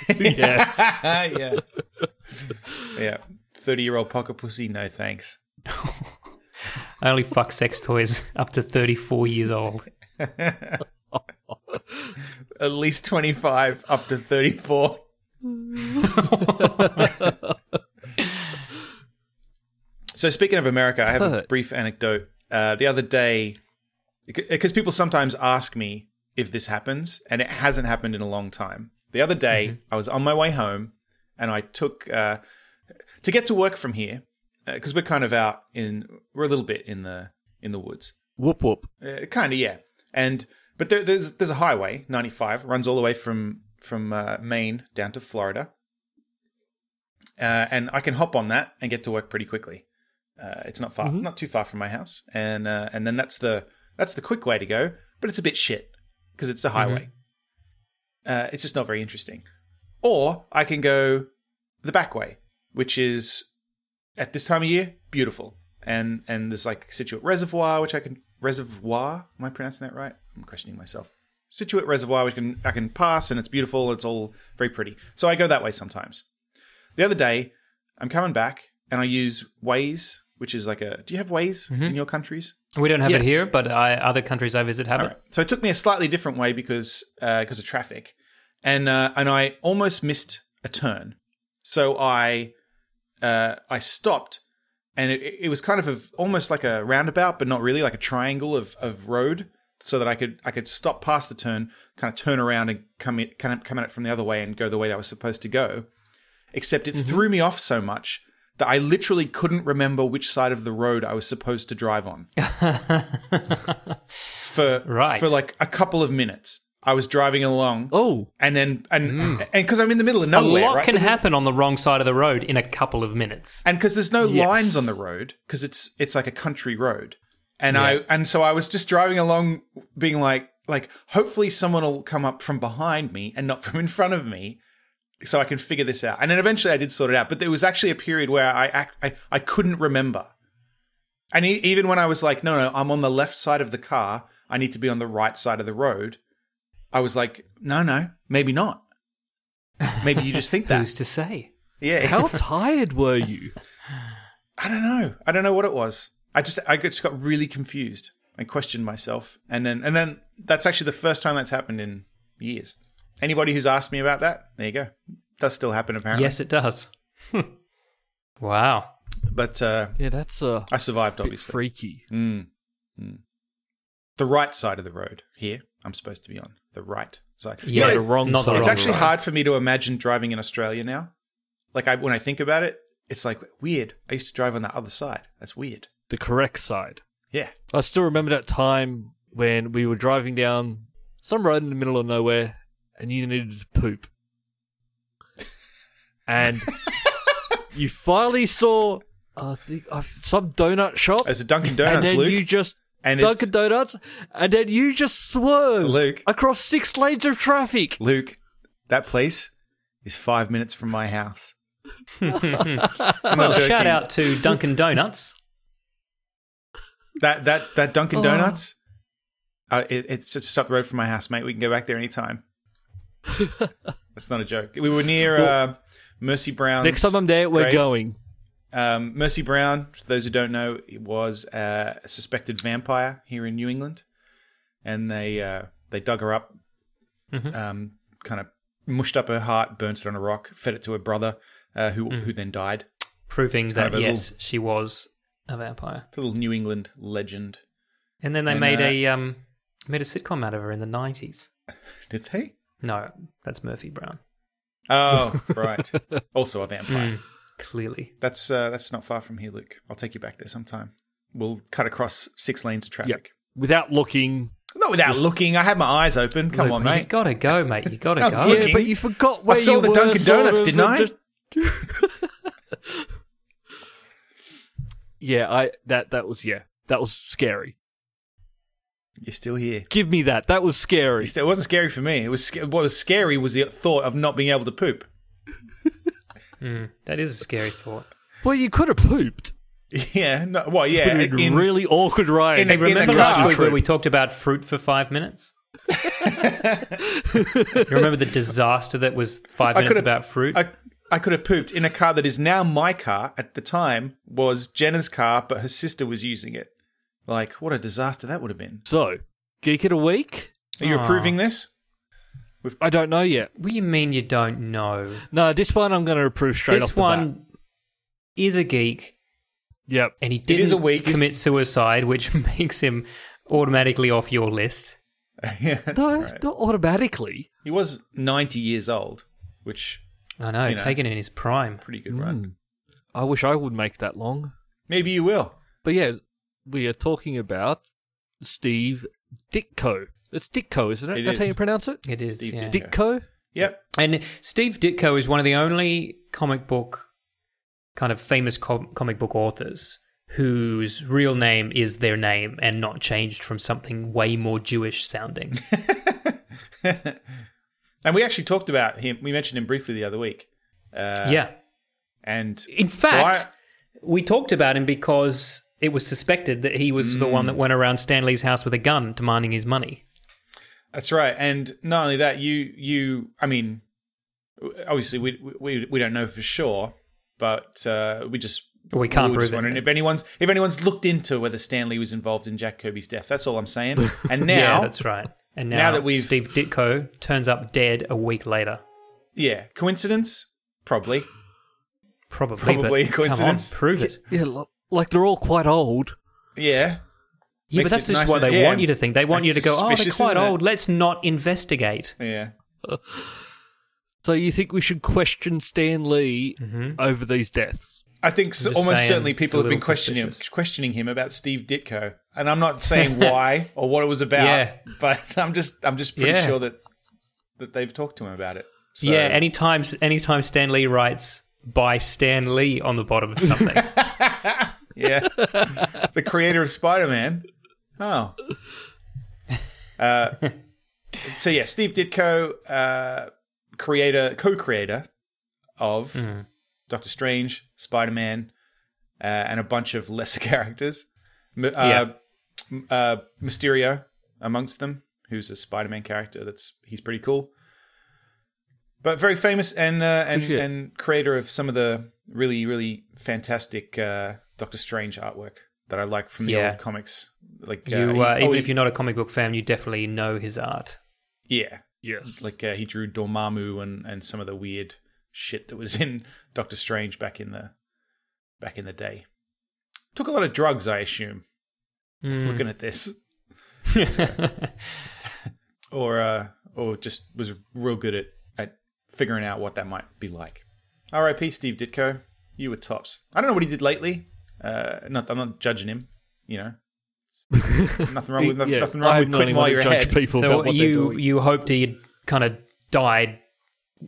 Speaker 2: Yes.
Speaker 3: yeah. Yeah. 30 year old pocket pussy, no thanks.
Speaker 4: I only fuck sex toys up to 34 years old.
Speaker 3: At least 25 up to 34. so, speaking of America, I have a
Speaker 2: Hurt.
Speaker 3: brief anecdote. Uh, the other day, because people sometimes ask me if this happens, and it hasn't happened in a long time. The other day, I was on my way home and I took, uh, to get to work from here, because we're kind of out in, we're a little bit in the, in the woods.
Speaker 2: whoop whoop.
Speaker 3: Uh, kind of, yeah. And but there, there's there's a highway, 95, runs all the way from from uh, Maine down to Florida, uh, and I can hop on that and get to work pretty quickly. Uh, it's not far, not too far from my house, and uh, and then that's the that's the quick way to go. But it's a bit shit because it's a highway. Uh, it's just not very interesting. Or I can go the back way, which is at this time of year, beautiful. And and there's like Situate Reservoir, which I can reservoir. Am I pronouncing that right? I'm questioning myself. Situate Reservoir, which can I can pass, and it's beautiful. It's all very pretty. So I go that way sometimes. The other day, I'm coming back, and I use Waze, which is like a. Do you have Waze in your countries?
Speaker 4: We don't have
Speaker 2: Yes.
Speaker 4: it here, but I, other countries I visit have
Speaker 3: All
Speaker 4: it.
Speaker 3: right. So it took me a slightly different way because because of traffic, and uh, and I almost missed a turn. So I uh, I stopped, and it, it was kind of a, almost like a roundabout, but not really, like a triangle of, of road, so that I could I could stop past the turn, kind of turn around and come in, kind of come at it from the other way and go the way I was supposed to go. Except
Speaker 4: Mm-hmm.
Speaker 3: it threw me off so much that I literally couldn't remember which side of the road I was supposed to drive on for
Speaker 4: Right.
Speaker 3: for like a couple of minutes. I was driving along.
Speaker 2: Oh,
Speaker 3: And then, and and because I'm in the middle of
Speaker 4: Mm. A
Speaker 3: nowhere,
Speaker 4: lot
Speaker 3: right?
Speaker 4: can
Speaker 3: So there's-
Speaker 4: happen on the wrong side of the road in a couple of minutes.
Speaker 3: and because there's no
Speaker 2: Yes.
Speaker 3: lines on the road because it's it's like a country road and
Speaker 4: Yeah.
Speaker 3: i and so i was just driving along being like like hopefully someone will come up from behind me and not from in front of me so i can figure this out and then eventually i did sort it out but there was actually a period where i act, I, I couldn't remember and e- even when i was like no no i'm on the left side of the car i need to be on the right side of the road i was like no no maybe not maybe you just think that
Speaker 4: Who's to say?
Speaker 3: yeah
Speaker 2: how tired were you?
Speaker 3: I don't know. I don't know what it was. I just I just got really confused. and questioned myself. And then, and then that's actually the first time that's happened in years. Anybody who's asked me about that, there you go. Does still happen apparently.
Speaker 4: Yes, it does. wow.
Speaker 3: But uh,
Speaker 2: Yeah, that's uh,
Speaker 3: I survived,
Speaker 2: a bit
Speaker 3: obviously. Mm.
Speaker 2: freaky.
Speaker 3: the right side of the road here. I'm supposed to be on the right side.
Speaker 4: Yeah,
Speaker 3: No,
Speaker 2: the wrong
Speaker 4: not the
Speaker 2: side.
Speaker 3: it's
Speaker 4: wrong
Speaker 3: actually
Speaker 4: road.
Speaker 3: hard for me to imagine driving in Australia now. Like I, when I think about it, it's like weird. I used to drive on the other side. That's weird.
Speaker 2: The correct side.
Speaker 3: Yeah.
Speaker 2: I still remember that time when we were driving down some road in the middle of nowhere and you needed to poop. And you finally saw I think uh, some donut shop.
Speaker 3: As a Dunkin'
Speaker 2: and
Speaker 3: Donuts,
Speaker 2: then
Speaker 3: Luke.
Speaker 2: you just
Speaker 3: and
Speaker 2: Dunkin'
Speaker 3: it's,
Speaker 2: Donuts, and then you just swerved
Speaker 3: Luke.
Speaker 2: across six lanes of traffic.
Speaker 3: Luke, that place is five minutes from my house. I'm not
Speaker 4: Well,
Speaker 3: joking.
Speaker 4: shout out to Dunkin' Donuts.
Speaker 3: that that that Dunkin'
Speaker 2: Oh,
Speaker 3: Donuts. Uh, it, it's just up the road from my house, mate. We can go back there anytime. That's not a joke. We were near uh, Mercy Brown's.
Speaker 2: Next time I'm there, we're
Speaker 3: grave.
Speaker 2: going.
Speaker 3: Um, Mercy Brown, for those who don't know, was uh, a suspected vampire here in New England, and they uh, they dug her up,
Speaker 2: Mm-hmm.
Speaker 3: um, kind of mushed up her heart, burnt it on a rock, fed it to her brother, uh, who
Speaker 2: Mm-hmm.
Speaker 3: who then died.
Speaker 4: proving
Speaker 3: kind
Speaker 4: that
Speaker 3: of a
Speaker 4: yes, she was a vampire.
Speaker 3: It's a little New England legend,
Speaker 4: And then they
Speaker 3: And,
Speaker 4: made
Speaker 3: uh,
Speaker 4: a um made a sitcom out of her in the nineties.
Speaker 3: did they?
Speaker 4: No, that's Murphy Brown.
Speaker 3: Oh, right. Also a vampire.
Speaker 4: Clearly,
Speaker 3: That's uh, that's not far from here, Luke. I'll take you back there sometime. We'll cut across six lanes of traffic.
Speaker 2: Without looking.
Speaker 3: Not without looking. I had my eyes open. Come
Speaker 4: Look,
Speaker 3: on,
Speaker 4: You
Speaker 3: mate.
Speaker 4: gotta go, mate. You gotta
Speaker 3: I
Speaker 4: go.
Speaker 3: was looking.
Speaker 2: Yeah, but you forgot where
Speaker 3: saw
Speaker 2: you
Speaker 3: the
Speaker 2: were,
Speaker 3: Dunkin'
Speaker 2: sort
Speaker 3: Donuts,
Speaker 2: of,
Speaker 3: didn't I?
Speaker 2: just- yeah, I that that was yeah, that was scary.
Speaker 3: You're still here.
Speaker 2: Give me that. That was scary.
Speaker 3: It wasn't scary for me. It was sc- what was scary was the thought of not being able to poop.
Speaker 4: That is a scary thought.
Speaker 2: Well, you could have pooped.
Speaker 3: Yeah. No, well, yeah.
Speaker 2: Put it in, a really awkward ride.
Speaker 3: in a- in a
Speaker 4: Remember
Speaker 3: Yeah,
Speaker 4: last
Speaker 3: car.
Speaker 4: week where we talked about fruit for five minutes? you remember the disaster that was five
Speaker 3: I
Speaker 4: minutes
Speaker 3: could've-
Speaker 4: about fruit?
Speaker 3: I, I could have pooped in a car that is now my car. At the time, was Jenna's car, but her sister was using it. Like, what a disaster that would have been.
Speaker 2: so, geek it a week.
Speaker 3: Are you
Speaker 4: Aw.
Speaker 3: approving this?
Speaker 2: I don't know yet.
Speaker 4: what do you mean you don't know?
Speaker 2: No, this one I'm going to approve straight
Speaker 4: this
Speaker 2: off the
Speaker 4: one
Speaker 2: bat.
Speaker 4: is a geek,
Speaker 2: Yep.
Speaker 4: and he didn't
Speaker 3: is a week.
Speaker 4: commit suicide, which makes him automatically off your list.
Speaker 3: yeah.
Speaker 2: No,
Speaker 3: right.
Speaker 2: not automatically.
Speaker 3: He was 90 years old, which
Speaker 4: I know,
Speaker 3: You know.
Speaker 4: taken in his prime.
Speaker 3: pretty good run.
Speaker 2: Mm. I wish I would make that long.
Speaker 3: Maybe you will.
Speaker 2: But yeah, we are talking about Steve Ditko. It's Ditko, isn't it?
Speaker 3: It
Speaker 2: That's how
Speaker 3: is.
Speaker 2: you pronounce it?
Speaker 4: It is.
Speaker 3: Steve
Speaker 4: yeah.
Speaker 3: Ditko.
Speaker 2: Ditko?
Speaker 3: Yep.
Speaker 4: And Steve Ditko is one of the only comic book, kind of famous com- comic book authors whose real name is their name and not changed from something way more Jewish sounding.
Speaker 3: And we actually talked about him. We mentioned him briefly the other week. Uh,
Speaker 4: yeah.
Speaker 3: And
Speaker 4: In
Speaker 3: so I-
Speaker 4: fact, we talked about him because it was suspected that he was the one
Speaker 3: Hmm.
Speaker 4: that went around Stanley's house with a gun demanding his money.
Speaker 3: That's right, and not only that, you you I mean, obviously we we we don't know for sure, but uh, we just
Speaker 4: We can't
Speaker 3: were just
Speaker 4: prove it.
Speaker 3: wondering if anyone's if anyone's looked into whether Stanley was involved in Jack Kirby's death. That's all I'm saying. And now,
Speaker 4: yeah, that's right. And now,
Speaker 3: now that we've-
Speaker 4: Steve Ditko turns up dead a week later.
Speaker 3: yeah, coincidence Probably.
Speaker 4: Probably,
Speaker 3: Probably a
Speaker 4: but
Speaker 3: coincidence.
Speaker 4: Come on, prove it.
Speaker 2: Yeah, lo- like they're all quite old.
Speaker 3: Yeah,
Speaker 4: Yeah, but
Speaker 3: Makes
Speaker 4: that's
Speaker 3: it
Speaker 4: just
Speaker 3: nice
Speaker 4: what
Speaker 3: and-
Speaker 4: they
Speaker 3: yeah,
Speaker 4: want you to think. They want you
Speaker 3: that's
Speaker 4: to go, oh, they're
Speaker 3: suspicious,
Speaker 4: quite
Speaker 3: isn't it?"
Speaker 4: old. Let's not investigate.
Speaker 3: yeah.
Speaker 2: So you think we should question Stan Lee
Speaker 3: Mm-hmm.
Speaker 2: over these deaths?
Speaker 3: I think so,
Speaker 4: just
Speaker 3: almost
Speaker 4: saying,
Speaker 3: certainly
Speaker 4: it's
Speaker 3: people
Speaker 4: a
Speaker 3: have been
Speaker 4: little
Speaker 3: questioning him,
Speaker 4: suspicious.
Speaker 3: questioning him about Steve Ditko, and I'm not saying why or what it was about,
Speaker 4: Yeah.
Speaker 3: but I'm just I'm just pretty
Speaker 4: Yeah.
Speaker 3: sure that that they've talked to him about it. So,
Speaker 4: Yeah, anytime, anytime Stan Lee writes by Stan Lee on the bottom of something.
Speaker 3: yeah, the creator of Spider Man. Oh, uh, so yeah, Steve Ditko, uh, creator, co-creator of
Speaker 2: Mm-hmm.
Speaker 3: Doctor Strange, Spider Man, uh, and a bunch of lesser characters. M- uh,
Speaker 4: Yeah.
Speaker 3: m- uh, Mysterio amongst them, who's a Spider-Man character. That's he's pretty cool, but very famous and uh, and
Speaker 2: Appreciate it.
Speaker 3: and creator of some of the really really fantastic uh, Doctor Strange artwork that I like from the
Speaker 4: Yeah.
Speaker 3: old comics. Like
Speaker 4: you,
Speaker 3: he-
Speaker 4: uh,
Speaker 3: oh,
Speaker 4: even
Speaker 3: he-
Speaker 4: if you're not a comic book fan, you definitely know his art.
Speaker 3: yeah,
Speaker 2: Yes.
Speaker 3: like uh, he drew Dormammu and and some of the weird shit that was in Doctor Strange back in the back in the day. Took a lot of drugs, I assume.
Speaker 4: Hmm.
Speaker 3: Looking at this, or uh, or just was real good at at figuring out what that might be like. R.I.P. Steve Ditko, you were tops. I don't know what he did lately. Uh, not, I'm not judging him. You know, nothing wrong with
Speaker 2: Yeah,
Speaker 3: nothing
Speaker 2: I
Speaker 3: wrong
Speaker 2: have
Speaker 3: with
Speaker 2: no
Speaker 3: quitting
Speaker 2: anyone
Speaker 3: while
Speaker 2: to
Speaker 3: you're
Speaker 2: judge
Speaker 3: ahead.
Speaker 2: people
Speaker 4: so
Speaker 2: about what they're
Speaker 4: you
Speaker 2: doing.
Speaker 4: you hoped he kind of died,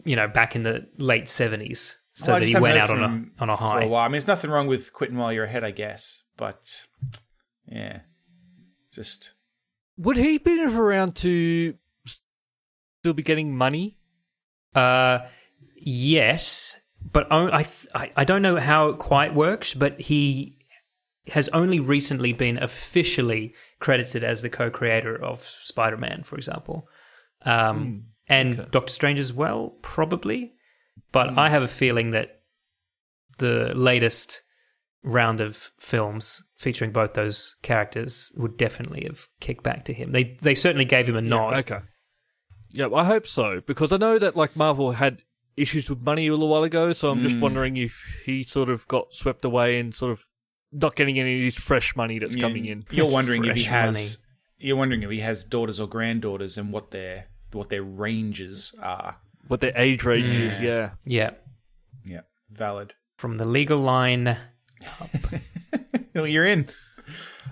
Speaker 4: you know, back in the late seventies, so
Speaker 3: Well, I
Speaker 4: that
Speaker 3: just
Speaker 4: he
Speaker 3: haven't
Speaker 4: went
Speaker 3: heard
Speaker 4: out on
Speaker 3: from him
Speaker 4: a on a
Speaker 3: For a
Speaker 4: high.
Speaker 3: while. I mean, there's nothing wrong with quitting while you're ahead, I guess. But yeah, just
Speaker 2: Would he be around to s- still be getting money?
Speaker 4: Uh, yes, but o- I, th- I I don't know how it quite works, but he has only recently been officially credited as the co-creator of Spider-Man, for example, um, and Doctor Strange as well, probably. But I have a feeling that the latest round of films featuring both those characters would definitely have kicked back to him. They they certainly gave him a nod.
Speaker 2: Okay. Yeah, well, I hope so because I know that like Marvel had issues with money a little while ago, so I'm just wondering if he sort of got swept away and sort of not getting any of this fresh money that's coming in.
Speaker 3: You're wondering if he
Speaker 4: Fresh
Speaker 3: has.
Speaker 4: money.
Speaker 3: You're wondering if he has daughters or granddaughters and what their what their ranges are.
Speaker 2: What their age range is, yeah.
Speaker 4: Yeah,
Speaker 3: Yeah, valid.
Speaker 4: from the legal line.
Speaker 3: Well, you're in.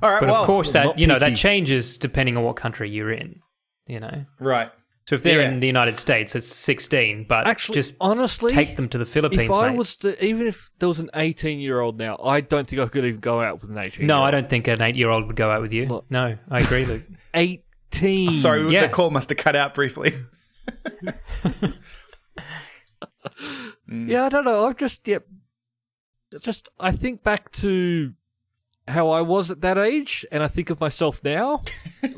Speaker 3: All right.
Speaker 4: But
Speaker 3: well,
Speaker 4: of course, that
Speaker 2: not
Speaker 4: you know that
Speaker 2: picky.
Speaker 4: changes depending on what country you're in. You know,
Speaker 3: right.
Speaker 4: so if they're
Speaker 3: Yeah.
Speaker 4: in the United States, it's 16. But
Speaker 2: Actually,
Speaker 4: just
Speaker 2: honestly,
Speaker 4: take them to the Philippines,
Speaker 2: if I
Speaker 4: mate.
Speaker 2: was to, even if there was an 18 year old now, I don't think I could even go out with an 18.
Speaker 4: no, I don't think an eight-year-old would go out with you.
Speaker 2: Look.
Speaker 4: No, I agree. Luke.
Speaker 2: 18.
Speaker 3: Sorry,
Speaker 4: Yeah.
Speaker 3: the call must have cut out briefly.
Speaker 2: Yeah, I don't know. I've just yeah, just I think back to how I was at that age, and I think of myself now.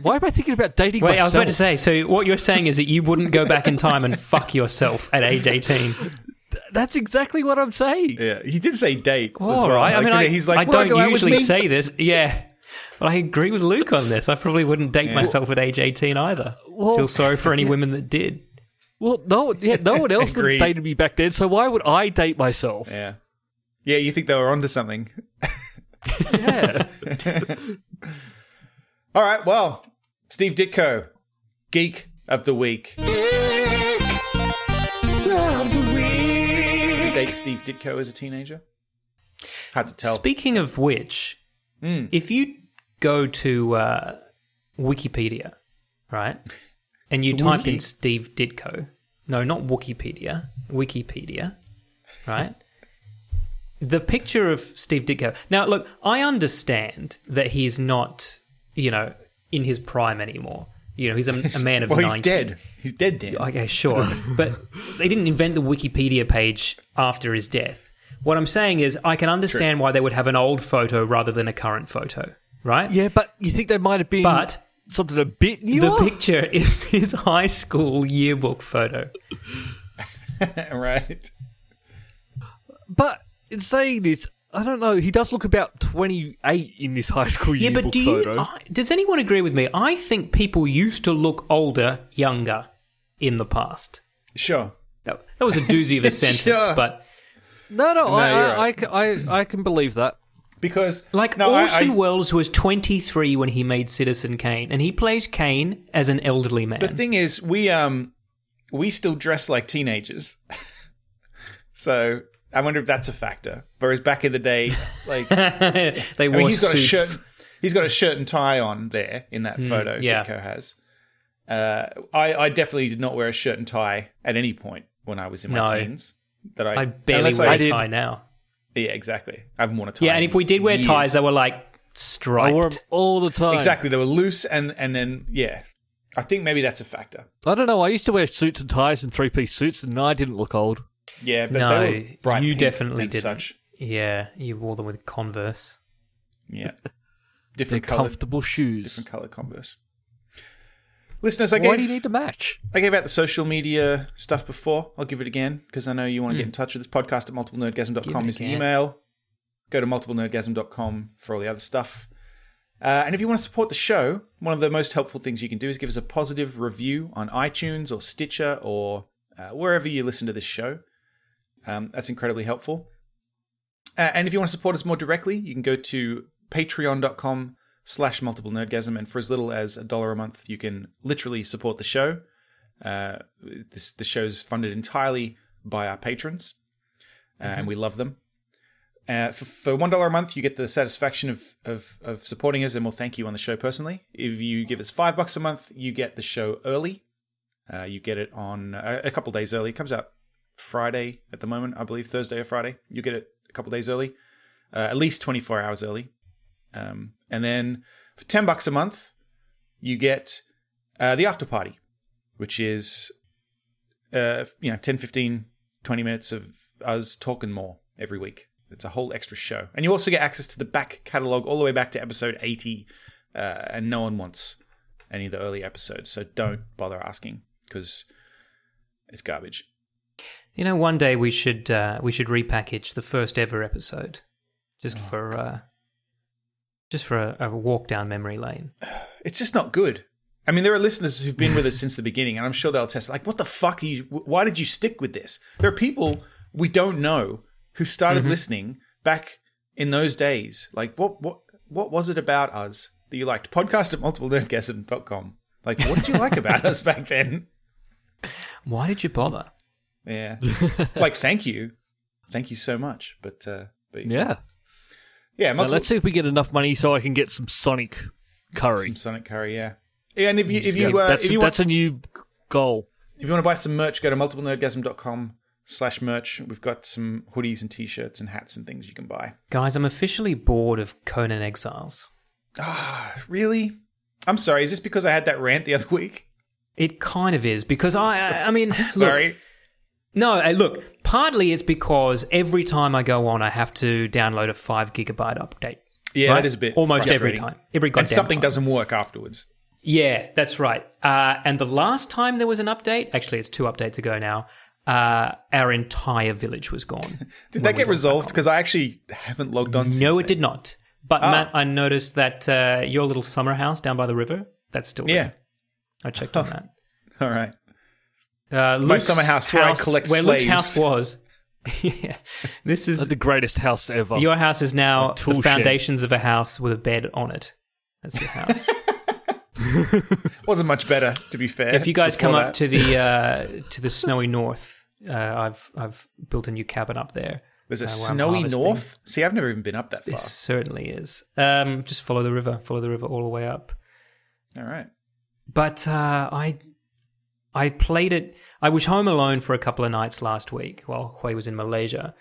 Speaker 2: Why am I thinking about dating
Speaker 4: Wait,
Speaker 2: myself?
Speaker 4: I was about to say. So what you're saying is that you wouldn't go back in time and fuck yourself at age 18.
Speaker 2: That's exactly what I'm saying.
Speaker 3: Yeah, he did say date.
Speaker 4: All
Speaker 3: as
Speaker 4: right.
Speaker 3: well.
Speaker 4: I mean,
Speaker 3: Like,
Speaker 4: I,
Speaker 3: he's like,
Speaker 4: I
Speaker 3: "Will
Speaker 4: don't
Speaker 3: go out with
Speaker 4: usually
Speaker 3: me?"
Speaker 4: say this. Yeah. But I agree with Luke on this. I probably wouldn't date myself at age 18 either.
Speaker 2: Well-
Speaker 4: Feel sorry for any women that did.
Speaker 2: Well, no, yeah, no one else would
Speaker 3: Agreed.
Speaker 2: have dated me back then, so why would I date myself?
Speaker 3: Yeah. Yeah, you think they were onto something.
Speaker 2: Yeah.
Speaker 3: All right, well, Steve Ditko, Geek of the Week. Did you date Steve Ditko as a teenager? Hard to tell. Hmm.
Speaker 4: Speaking of which, if you go to uh, Wikipedia, right, and you type in
Speaker 3: Wiki.
Speaker 4: Steve Ditko, no, not Wikipedia, Wikipedia, right? the picture of Steve Ditko. Now, look, I understand that he's not, you know, in his prime anymore. You know, he's a, a man of
Speaker 3: well,
Speaker 4: 90.
Speaker 3: he's dead. He's dead, Dan.
Speaker 4: Okay, sure. but they didn't invent the Wikipedia page after his death. What I'm saying is, I can understand why they would have an old photo rather than a current photo, right?
Speaker 2: yeah, but you think they might have been
Speaker 4: But
Speaker 2: something a bit
Speaker 4: the
Speaker 2: newer?
Speaker 4: picture is his high school yearbook photo.
Speaker 3: right.
Speaker 2: but in saying this, I don't know, he does look about 28 in this high school
Speaker 4: Yeah,
Speaker 2: yearbook
Speaker 4: but do
Speaker 2: photo.
Speaker 4: you? I, does anyone agree with me? I think people used to look older, younger, in the past.
Speaker 3: Sure.
Speaker 4: That, that was a doozy of a sentence,
Speaker 3: Sure.
Speaker 4: but
Speaker 2: no, no, I,
Speaker 3: No, you're
Speaker 2: I, I,
Speaker 3: right.
Speaker 2: ca- I, I can believe that.
Speaker 3: Because
Speaker 4: like
Speaker 3: no, I-
Speaker 4: Orson
Speaker 3: I-
Speaker 4: Welles was 23 when he made Citizen Kane, and he plays Kane as an elderly man.
Speaker 3: the thing is, we um we still dress like teenagers. so I wonder if that's a factor. Whereas back in the day, like
Speaker 4: they
Speaker 3: I
Speaker 4: wore
Speaker 3: mean, he's got
Speaker 4: suits. Hmm,
Speaker 3: a shirt. He's got a shirt and tie on there in that photo.
Speaker 4: yeah.
Speaker 3: Ditko has. Uh, I, I definitely did not wear a shirt and tie at any point when I was in my
Speaker 4: No.
Speaker 3: teens. That I,
Speaker 4: I barely
Speaker 3: unless
Speaker 4: wear
Speaker 3: I-
Speaker 4: a tie now.
Speaker 3: Yeah, exactly. I haven't worn a tie.
Speaker 4: Yeah, and
Speaker 3: in
Speaker 4: if we did wear
Speaker 3: years.
Speaker 4: ties, they were like
Speaker 2: I
Speaker 4: striped.
Speaker 2: wore them all the time.
Speaker 3: exactly they were loose and and then yeah, I think maybe that's a factor.
Speaker 2: I don't know. I used to wear suits and ties and three piece suits, and I didn't look old.
Speaker 3: Yeah, but
Speaker 4: No,
Speaker 3: they were bright
Speaker 4: you
Speaker 3: pink
Speaker 4: definitely
Speaker 3: and
Speaker 4: didn't.
Speaker 3: Such.
Speaker 4: yeah, you wore them with Converse.
Speaker 3: Yeah,
Speaker 2: They're
Speaker 3: different color,
Speaker 2: comfortable shoes.
Speaker 3: different color Converse. Listeners, I
Speaker 2: Why
Speaker 3: gave
Speaker 2: do you need to match?
Speaker 3: I gave out the social media stuff before. I'll Hmm. give it again because I know you want to get in touch with this podcast at multiplenerdgasm.com
Speaker 4: it
Speaker 3: is the
Speaker 4: again.
Speaker 3: email. Go to multiplenerdgasm.com for all the other stuff. Uh, and if you want to support the show, one of the most helpful things you can do is give us a positive review on iTunes or Stitcher or uh, wherever you listen to this show. Um, that's incredibly helpful. Uh, and if you want to support us more directly, you can go to patreon.com slash multiple nerdgasm. And for as little as a dollar a month, you can literally support the show. Uh, this, the show's funded entirely by our patrons, uh, and we love them. Uh, for, for one dollar a month, you get the satisfaction of, of of supporting us, and we'll thank you on the show personally. If you give us five bucks a month, you get the show early. Uh, you get it on uh, a, a couple days early. It comes out Friday at the moment, I believe Thursday or Friday. You get it a couple days early, uh, at least twenty four hours early. Um, and then for ten bucks a month, you get uh, the after party, which is uh, you know 10 15 20 minutes of us talking more every week it's a whole extra show and you also get access to the back catalog all the way back to episode 80 uh, and no one wants any of the early episodes so don't bother asking because it's garbage
Speaker 4: You know, one day we should uh, we should repackage the first ever episode,
Speaker 3: Oh,
Speaker 4: just for uh, just for a, a walk down memory lane.
Speaker 3: it's just not good i mean there are listeners who've been with us since the beginning and i'm sure they'll test like what the fuck are you why did you stick with this there are people we don't know who started
Speaker 2: Mm-hmm.
Speaker 3: listening back in those days like what what what was it about us that you liked podcast at multiplenerdgasm.com like what did you like about us back then
Speaker 4: Why did you bother?
Speaker 3: Yeah. like, thank you. Thank you so much. But, uh, but
Speaker 2: Yeah.
Speaker 3: yeah,
Speaker 2: Now,
Speaker 3: multiple-
Speaker 2: let's see if we get enough money so I can get some Sonic curry.
Speaker 3: some Sonic Curry, yeah. yeah and if you, if
Speaker 2: Yeah,
Speaker 3: you, uh,
Speaker 2: that's
Speaker 3: if you want,
Speaker 2: that's a new goal.
Speaker 3: if you want to buy some merch, go to multiplenerdgasm.com slash merch. We've got some hoodies and t-shirts and hats and things you can buy.
Speaker 4: Guys, I'm officially bored of Conan Exiles.
Speaker 3: Really? I'm sorry. Is this because I had that rant the other week?
Speaker 4: It kind of is because I I, I mean, look,
Speaker 3: Sorry.
Speaker 4: No, uh, look, partly it's because every time I go on, I have to download a five gigabyte update.
Speaker 3: yeah,
Speaker 4: right?
Speaker 3: that is a bit
Speaker 4: Almost every
Speaker 3: frustrating.
Speaker 4: time. Every
Speaker 3: And
Speaker 4: goddamn
Speaker 3: something
Speaker 4: time.
Speaker 3: doesn't work afterwards.
Speaker 4: Yeah, that's right. Uh, and the last time there was an update, actually, it's two updates ago now, uh, our entire village was gone.
Speaker 3: Did that get resolved? Because I actually haven't logged on
Speaker 4: no,
Speaker 3: since
Speaker 4: it did not. But
Speaker 3: Ah.
Speaker 4: Matt, I noticed that uh, your little summer house down by the river, that's still
Speaker 3: then.
Speaker 4: there. I checked on that.
Speaker 3: Yeah. All right.
Speaker 4: Uh, Luke's
Speaker 3: summer house where I collect
Speaker 4: where Luke's
Speaker 3: slaves.
Speaker 4: house was. yeah, this is
Speaker 2: That's the greatest house ever.
Speaker 4: Your house is now
Speaker 2: Like tool
Speaker 4: the foundations of a house with a bed on it. That's your house.
Speaker 3: Wasn't much better, to be fair.
Speaker 4: if you guys
Speaker 3: before
Speaker 4: come
Speaker 3: that.
Speaker 4: up to the uh, to the snowy north, uh, I've I've built a new cabin up there.
Speaker 3: There's a
Speaker 4: uh, where I'm
Speaker 3: snowy
Speaker 4: harvesting.
Speaker 3: north. See, I've never even been up that far.
Speaker 4: It certainly is. Um, just follow the river, follow the river all the way up.
Speaker 3: All right.
Speaker 4: But uh, I I played it. I was home alone for a couple of nights last week while Hui was in Malaysia,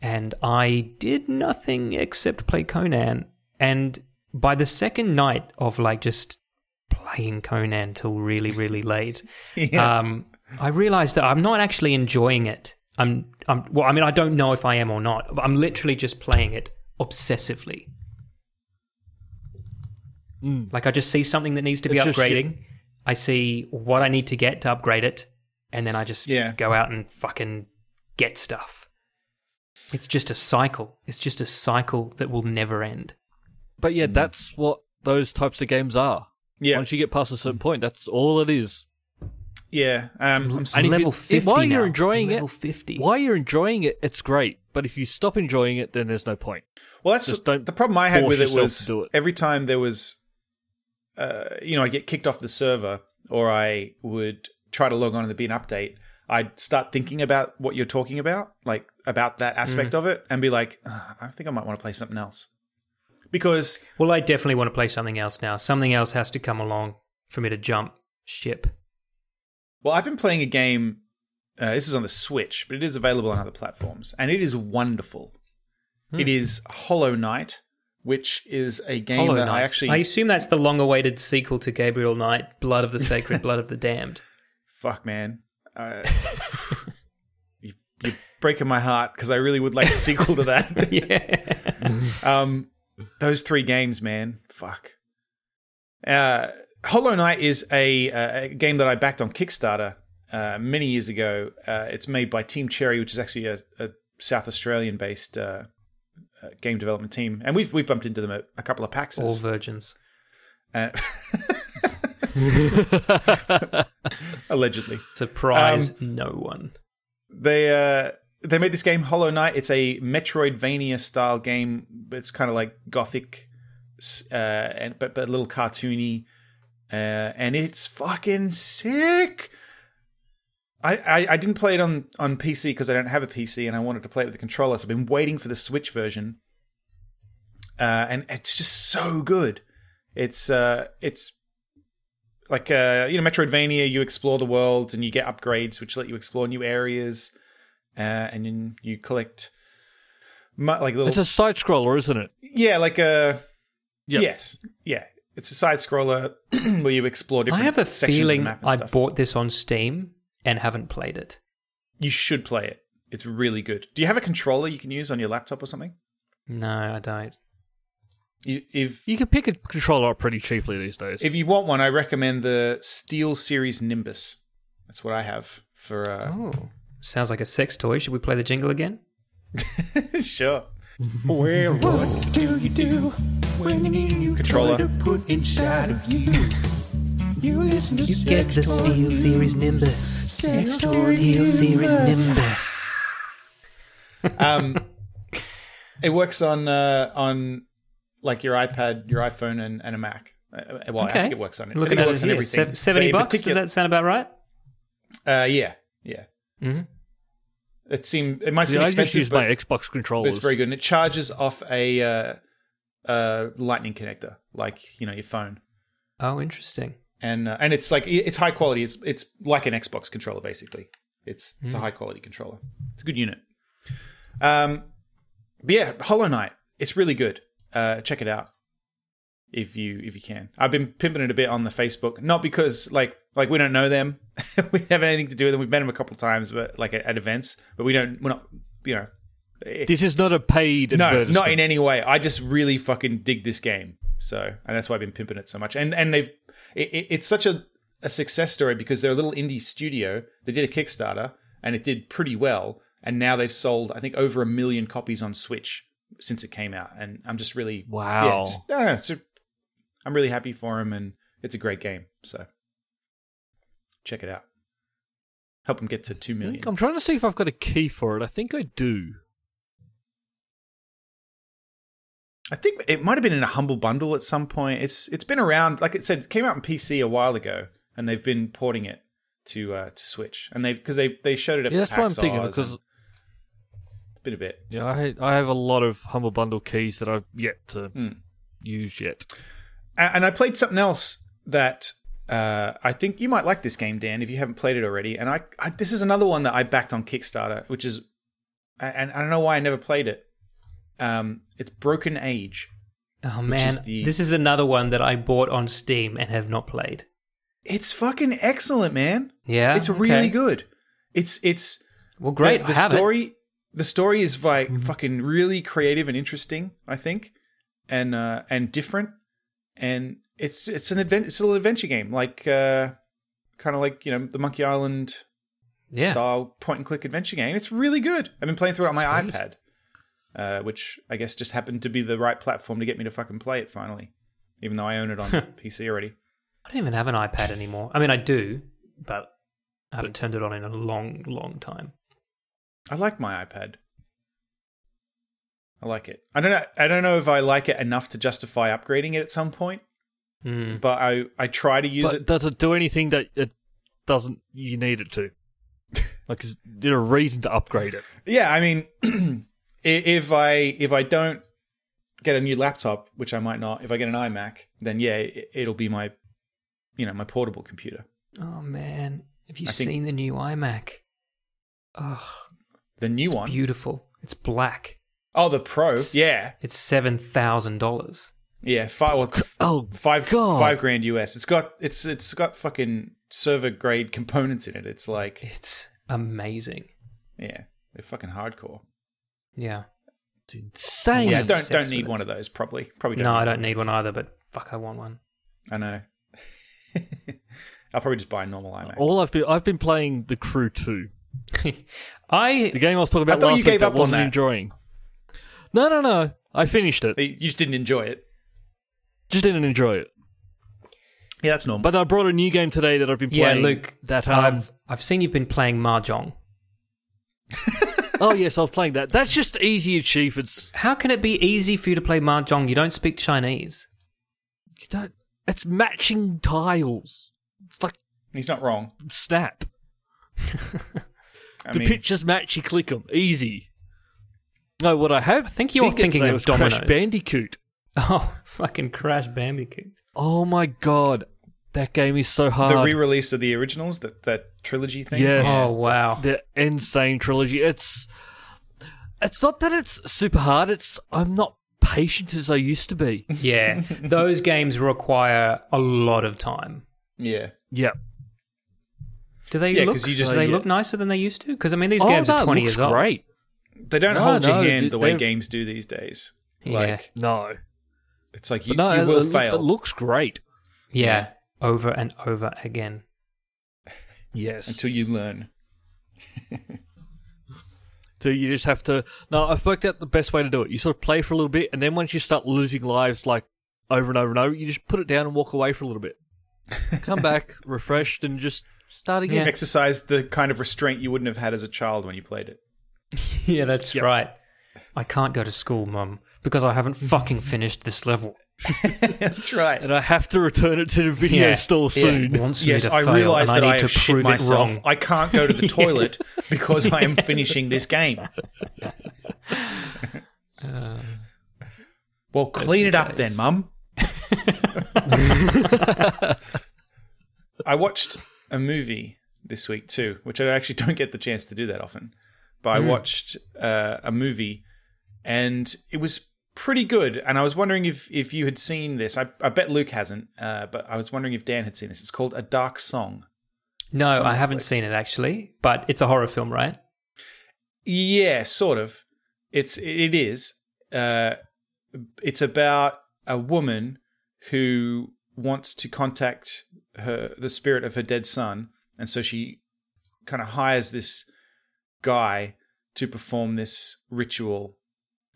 Speaker 4: and I did nothing except play Conan. And by the second night of like just playing Conan till really really late, um, I realized that I'm not actually enjoying it. I'm I'm well. I mean, I don't know if I am or not. but I'm literally just playing it obsessively. Like I just see something that needs to be
Speaker 2: Hmm. It's just you-
Speaker 4: upgrading. I see what I need to get to upgrade it, and then I just
Speaker 3: Yeah.
Speaker 4: go out and fucking get stuff. It's just a cycle. It's just a cycle that will never end.
Speaker 2: But yeah, that's what those types of games are.
Speaker 3: Mm. Yeah.
Speaker 2: Once you get past a certain point, that's all it is.
Speaker 3: yeah. Um, I'm
Speaker 4: And
Speaker 3: sorry.
Speaker 2: if
Speaker 4: level
Speaker 2: it- if-
Speaker 4: 50
Speaker 2: while you're
Speaker 4: now.
Speaker 2: enjoying
Speaker 4: level
Speaker 2: it,
Speaker 4: 50.
Speaker 2: While you're enjoying it, it's great. But if you stop enjoying it, then there's no point.
Speaker 3: Well, that's
Speaker 2: just don't
Speaker 3: the problem I had
Speaker 2: force
Speaker 3: with it
Speaker 2: yourself
Speaker 3: was
Speaker 2: to do it.
Speaker 3: every time there was, uh, you know, I get kicked off the server or I would try to log on and there'd be an update. I'd start thinking about what you're talking about, like about that
Speaker 2: Mm.
Speaker 3: aspect of it, and be like, "Ugh, I think I might want to play something else. Because
Speaker 4: Well, I definitely want to play something else now. Something else has to come along for me to jump ship.
Speaker 3: Well, I've been playing a game. Uh, this is on the Switch, but it is available on other platforms, and it is wonderful.
Speaker 2: Hmm.
Speaker 3: It is Hollow Knight, which is a game
Speaker 4: Hollow
Speaker 3: that
Speaker 4: Knight.
Speaker 3: I actually
Speaker 4: assume that's the long-awaited sequel to Gabriel Knight, Blood of the Sacred, Blood of the Damned.
Speaker 3: fuck man, uh, you, you're breaking my heart because I really would like a sequel to that.
Speaker 4: Yeah.
Speaker 3: um, those three games, man, fuck. Uh, Hollow Knight is a, uh, a game that I backed on Kickstarter uh, many years ago. Uh, it's made by Team Cherry, which is actually a, a South Australian based uh, uh, game development team, and we've we've bumped into them at a couple of
Speaker 4: All
Speaker 3: PAXs.
Speaker 4: virgins.
Speaker 3: uh, allegedly,
Speaker 4: Surprise
Speaker 3: Um,
Speaker 4: no one.
Speaker 3: they uh, they made this game Hollow Knight. It's a Metroidvania style game. but It's kind of like gothic, s- uh, and but but a little cartoony, uh, and it's fucking sick. I, I, I didn't play it on, on PC because I don't have a PC and I wanted to play it with the controller. So I've been waiting for the Switch version, uh, and it's just so good. It's uh, it's like uh, you know Metroidvania. You explore the world and you get upgrades, which let you explore new areas, uh, and then you collect mu- like little
Speaker 2: It's a side scroller, isn't it?
Speaker 3: yeah, like uh, a
Speaker 2: Yep.
Speaker 3: yes, yeah. It's a side scroller where you explore
Speaker 4: I
Speaker 3: different.
Speaker 4: have a
Speaker 3: sections of the
Speaker 4: feeling
Speaker 3: map and
Speaker 4: I
Speaker 3: stuff.
Speaker 4: bought this on Steam and haven't played it.
Speaker 3: You should play it. It's really good. Do you have a controller you can use on your laptop or something?
Speaker 4: No, I don't.
Speaker 3: You, if
Speaker 2: You can pick a controller up pretty cheaply these days.
Speaker 3: if you want one, I recommend the Steel Series Nimbus. That's what I have for. Uh,
Speaker 4: Oh, sounds like a sex toy. Should we play the jingle again? Oh.
Speaker 3: sure.
Speaker 5: What do you do when you need a new
Speaker 3: Controller.
Speaker 5: toy to put inside of you? You listen to
Speaker 7: You get the Steel Series Nimbus.
Speaker 5: Sex toy
Speaker 7: Steel
Speaker 5: news.
Speaker 7: Series Nimbus.
Speaker 3: Um, it works on uh, on like your iPad, your iPhone, and, and a Mac. Uh, Well, I think it works on it. I
Speaker 4: Looking
Speaker 3: think
Speaker 4: at
Speaker 3: it works
Speaker 4: it
Speaker 3: on
Speaker 4: here,
Speaker 3: everything.
Speaker 4: sev-
Speaker 3: But
Speaker 4: seventy
Speaker 3: in
Speaker 4: bucks.
Speaker 3: particular-
Speaker 4: Does that sound about right?
Speaker 3: Uh, yeah, yeah.
Speaker 4: Mhm.
Speaker 3: It seem it might
Speaker 2: Mm-hmm. See,
Speaker 3: seem
Speaker 2: I just use
Speaker 3: expensive,
Speaker 2: my
Speaker 3: but
Speaker 2: Xbox
Speaker 3: but
Speaker 2: controllers.
Speaker 3: it's very good, and it charges off a uh, uh, lightning connector, like you know your phone,
Speaker 4: Oh, interesting.
Speaker 3: and uh, and it's like it's high quality. It's it's like an Xbox controller basically. It's it's a high quality controller. It's a good unit. Um, but yeah, Hollow Knight. It's really good. Uh, check it out if you if you can. I've been pimping it a bit on the Facebook, not because like like we don't know them, we have anything to do with them. We've met them a couple of times, but like at, at events, but we don't. We're not you know.
Speaker 2: This is not a paid
Speaker 3: No,
Speaker 2: advertisement.
Speaker 3: not in any way. I just really fucking dig this game, so and that's why I've been pimping it so much. And and they've it, it- it's such a a success story because they're a little indie studio. They did a Kickstarter and it did pretty well, and now they've sold I think over a million copies on Switch since it came out. And I'm just really
Speaker 2: Wow.
Speaker 3: Yeah, just, I don't know, it's a- I'm really happy for him, and it's a great game. So check it out. Help him get to two
Speaker 2: I
Speaker 3: million.
Speaker 2: think- I'm trying to see if I've got a key for it. I think I do.
Speaker 3: I think it might have been in a humble bundle at some point. It's it's been around, like it said, it came out on PC a while ago, and they've been porting it to uh, to Switch, and they because they they showed it at
Speaker 2: Yeah, that's what I'm
Speaker 3: PAX
Speaker 2: thinking
Speaker 3: Oz,
Speaker 2: because
Speaker 3: and it's been a bit.
Speaker 2: yeah, I I have a lot of Humble Bundle keys that I've yet to
Speaker 3: Hmm.
Speaker 2: use yet.
Speaker 3: A- And I played something else that uh, I think you might like this game, Dan, if you haven't played it already. And I, I this is another one that I backed on Kickstarter, which is, and I don't know why I never played it. Um, it's Broken Age.
Speaker 4: Oh man,
Speaker 3: is the-
Speaker 4: this is another one that I bought on Steam and have not played.
Speaker 3: It's fucking excellent, man.
Speaker 4: Yeah,
Speaker 3: it's really
Speaker 4: okay.
Speaker 3: good. It's it's
Speaker 4: Well, great.
Speaker 3: The,
Speaker 4: I
Speaker 3: the
Speaker 4: have it. Mm-hmm.
Speaker 3: story, the story is like fucking really creative and interesting. I think, and uh, and different, and it's it's an advent, it's a little adventure game, like uh, kind of like you know the Monkey Island
Speaker 4: Yeah.
Speaker 3: style point and click adventure game. It's really good. I've been playing through it on my
Speaker 4: Sweet.
Speaker 3: iPad, uh, which I guess just happened to be the right platform to get me to fucking play it finally, even though I own it on PC already.
Speaker 4: I don't even have an iPad anymore. I mean, I do, but I haven't turned it on in a long, long time.
Speaker 3: I like my iPad. I like it. I don't know. I don't know if I like it enough to justify upgrading it at some point,
Speaker 4: Hmm.
Speaker 3: but I I try to use
Speaker 2: but
Speaker 3: it.
Speaker 2: does it do anything that it doesn't? You need it to. like, is there a reason to upgrade it?
Speaker 3: Yeah, I mean, i- if I if I don't get a new laptop, which I might not, if I get an iMac, then yeah, it, it'll be my you know my portable computer.
Speaker 4: Oh man, have you
Speaker 3: I think-
Speaker 4: seen the new iMac? Oh,
Speaker 3: The new
Speaker 4: it's
Speaker 3: one.
Speaker 4: beautiful. It's black.
Speaker 3: oh, the Pro. Yeah,
Speaker 4: It's seven thousand dollars.
Speaker 3: yeah. Five well,
Speaker 2: Oh,
Speaker 3: five
Speaker 2: God.
Speaker 3: five grand US. It's got it's it's got fucking server grade components in it. It's like
Speaker 4: It's amazing.
Speaker 3: yeah, they're fucking hardcore.
Speaker 4: Yeah.
Speaker 2: it's insane.
Speaker 3: Yeah,
Speaker 4: Only
Speaker 3: don't
Speaker 4: six
Speaker 3: don't need
Speaker 4: minutes.
Speaker 3: one of those. Probably, probably. Don't
Speaker 4: No,
Speaker 3: need
Speaker 4: I don't need one either. But fuck, I want one.
Speaker 3: I know. I'll probably just buy a normal iMac.
Speaker 2: All I've been I've been playing The Crew 2.
Speaker 4: I
Speaker 2: The game I was talking about
Speaker 3: I thought
Speaker 2: last
Speaker 3: you
Speaker 2: week
Speaker 3: gave
Speaker 2: that
Speaker 3: up on
Speaker 2: wasn't
Speaker 3: that.
Speaker 2: enjoying. No, no, no. I finished it.
Speaker 3: You just didn't enjoy it.
Speaker 2: Just didn't enjoy it.
Speaker 3: Yeah, that's normal.
Speaker 2: But I brought a new game today that I've been
Speaker 4: Yeah,
Speaker 2: playing.
Speaker 4: Luke.
Speaker 2: That um,
Speaker 4: I've I've seen you've been playing mahjong.
Speaker 2: oh yes, I was playing that. That's just easier, chief. It's
Speaker 4: How can it be easy for you to play mahjong? You don't speak Chinese.
Speaker 2: you don't. It's matching tiles. It's like
Speaker 3: He's not wrong.
Speaker 2: Snap.
Speaker 3: I
Speaker 2: the
Speaker 3: mean,
Speaker 2: pictures match. You click them. Easy. No, what I have. I
Speaker 4: think you are thinking of
Speaker 2: was Crash
Speaker 4: dominoes.
Speaker 2: Bandicoot.
Speaker 4: Oh, fucking Crash Bandicoot.
Speaker 2: Oh my god, that game is so hard.
Speaker 3: the re-release of the originals, that that trilogy thing.
Speaker 2: Yes.
Speaker 4: Oh wow.
Speaker 2: the insane trilogy. It's it's not that it's super hard. It's I'm not patient as I used to be.
Speaker 4: Yeah. Those games require a lot of time.
Speaker 3: Yeah.
Speaker 2: yeah,
Speaker 4: Do they
Speaker 3: Yeah,
Speaker 4: look
Speaker 3: 'cause you just-
Speaker 4: do they
Speaker 3: Yeah.
Speaker 4: look nicer than they used to? Because I mean these
Speaker 2: oh,
Speaker 4: games
Speaker 2: no,
Speaker 4: are
Speaker 2: it
Speaker 4: twenty
Speaker 2: looks
Speaker 4: years old.
Speaker 2: great.
Speaker 3: They don't
Speaker 2: No,
Speaker 3: hold your
Speaker 2: no,
Speaker 3: hand
Speaker 2: th-
Speaker 3: the way
Speaker 2: they've-
Speaker 3: games do these days.
Speaker 4: Yeah.
Speaker 3: Like,
Speaker 2: No,
Speaker 3: It's like you,
Speaker 2: no,
Speaker 3: you
Speaker 2: it,
Speaker 3: will
Speaker 2: it-
Speaker 3: fail.
Speaker 2: It looks great.
Speaker 4: yeah. Over and over again.
Speaker 2: Yes,
Speaker 3: until you learn.
Speaker 2: So you just have to. No, I've worked out the best way to do it. You sort of play for a little bit, and then once you start losing lives like over and over and over, you just put it down and walk away for a little bit. Come back refreshed and just start again.
Speaker 3: Exercise the kind of restraint you wouldn't have had as a child when you played it.
Speaker 4: yeah, that's right. I can't go to school, Mum, because I haven't fucking finished this level.
Speaker 3: That's right.
Speaker 2: And I have to return it to the video store soon.
Speaker 4: It wants
Speaker 3: Yes,
Speaker 4: me to
Speaker 3: I
Speaker 4: fail,
Speaker 3: realize
Speaker 4: and
Speaker 3: that
Speaker 4: I need
Speaker 3: I
Speaker 4: to
Speaker 3: have shit
Speaker 4: prove it
Speaker 3: myself.
Speaker 4: wrong.
Speaker 3: I can't go to the toilet because I am finishing this game. well, clean it up then, Mum. I watched a movie this week too, which I actually don't get the chance to do that often. But
Speaker 4: Hmm.
Speaker 3: I watched uh, a movie, and it was pretty good. And I was wondering if if you had seen this. I, I bet Luke hasn't, uh, but I was wondering if Dan had seen this. It's called A Dark Song.
Speaker 4: No, I
Speaker 3: Netflix.
Speaker 4: haven't seen it actually, but it's a horror film, right?
Speaker 3: Yeah, sort of. It's it is. Uh, it's about a woman who wants to contact her the spirit of her dead son, and so she kind of hires this guy to perform this ritual,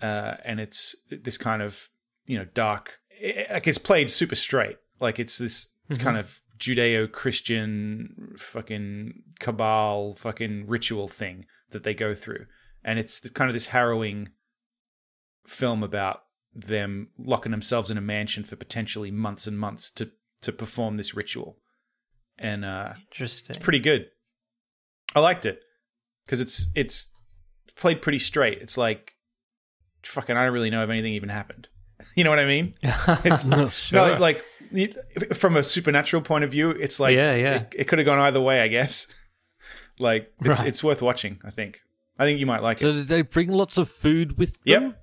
Speaker 3: uh, and it's this kind of you know dark. It, like it's played super straight. Like it's this kind of Judeo-Christian fucking cabal fucking ritual thing that they go through, and it's the, kind of this harrowing film about them locking themselves in a mansion for potentially months and months to to perform this ritual, and uh,
Speaker 4: Interesting.
Speaker 3: it's pretty good. I liked it because it's it's played pretty straight. It's like fucking I don't really know if anything even happened. You know what I mean? It's no, like you- from a supernatural point of view, it's like
Speaker 4: Yeah, yeah.
Speaker 3: It, it could have gone either way, I guess. like it's
Speaker 4: Right.
Speaker 3: it's worth watching. I think. I think you might like it.
Speaker 2: So did they bring lots of food with them?
Speaker 3: Yep.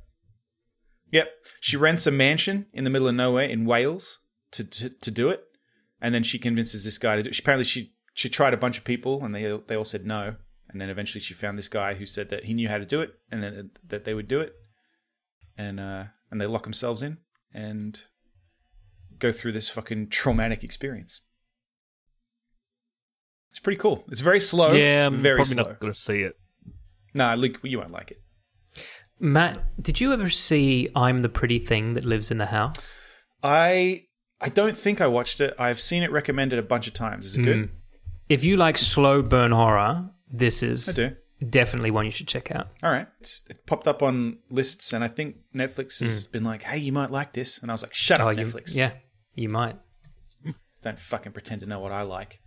Speaker 3: Yep. She rents a mansion in the middle of nowhere in Wales to to, to do it, and then she convinces this guy to do. It. She, apparently, she she tried a bunch of people, and they they all said no. And then eventually, she found this guy who said that he knew how to do it, and then that they would do it, and uh, and they lock themselves in and go through this fucking traumatic experience. It's pretty cool. It's very slow.
Speaker 2: Yeah, I'm
Speaker 3: very
Speaker 2: probably
Speaker 3: slow.
Speaker 2: not going to see it.
Speaker 3: Nah, Luke, you won't like it.
Speaker 4: Matt, did you ever see I'm the Pretty Thing That Lives in the House?
Speaker 3: I I don't think I watched it. I've seen it recommended a bunch of times. Is it
Speaker 4: Hmm.
Speaker 3: good?
Speaker 4: If you like slow burn horror, this
Speaker 3: I
Speaker 4: is
Speaker 3: do.
Speaker 4: definitely one you should check out.
Speaker 3: All right. It's, it popped up on lists, and I think Netflix has been like, "Hey, you might like this," and I was like, "Shut up,
Speaker 4: Hmm. Oh, you,
Speaker 3: Netflix!
Speaker 4: yeah, you might.
Speaker 3: Don't fucking pretend to know what I like."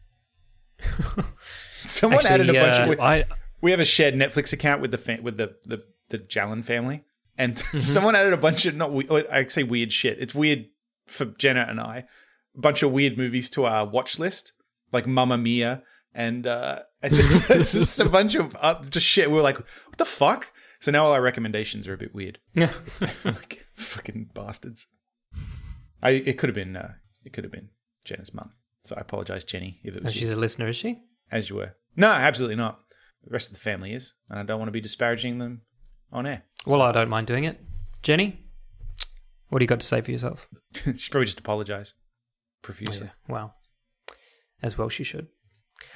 Speaker 3: Someone added a
Speaker 4: Actually,
Speaker 3: bunch. of,
Speaker 4: uh,
Speaker 3: we,
Speaker 2: I
Speaker 3: we have a shared Netflix account with the fa- with the the the Jallen family, and someone added a bunch of not. We- oh, I say weird shit. It's weird for Jenna and I. A bunch of weird movies to our watch list, like Mamma Mia, and uh, it just it's just a bunch of uh, just shit. We were like, "What the fuck?" So now all our recommendations are a bit weird.
Speaker 4: Yeah.
Speaker 3: like fucking bastards. I it could have been uh, it could have been Jenna's mum. So I apologize, Jenny, if it
Speaker 4: And
Speaker 3: was you,
Speaker 4: she's a listener, is she?
Speaker 3: as you were. No, absolutely not. The rest of the family is, and I don't want to be disparaging them on air.
Speaker 4: Well, I don't mind doing it. Jenny, what do you got to say for yourself?
Speaker 3: she probably just apologize profusely.
Speaker 4: Wow. As well she should.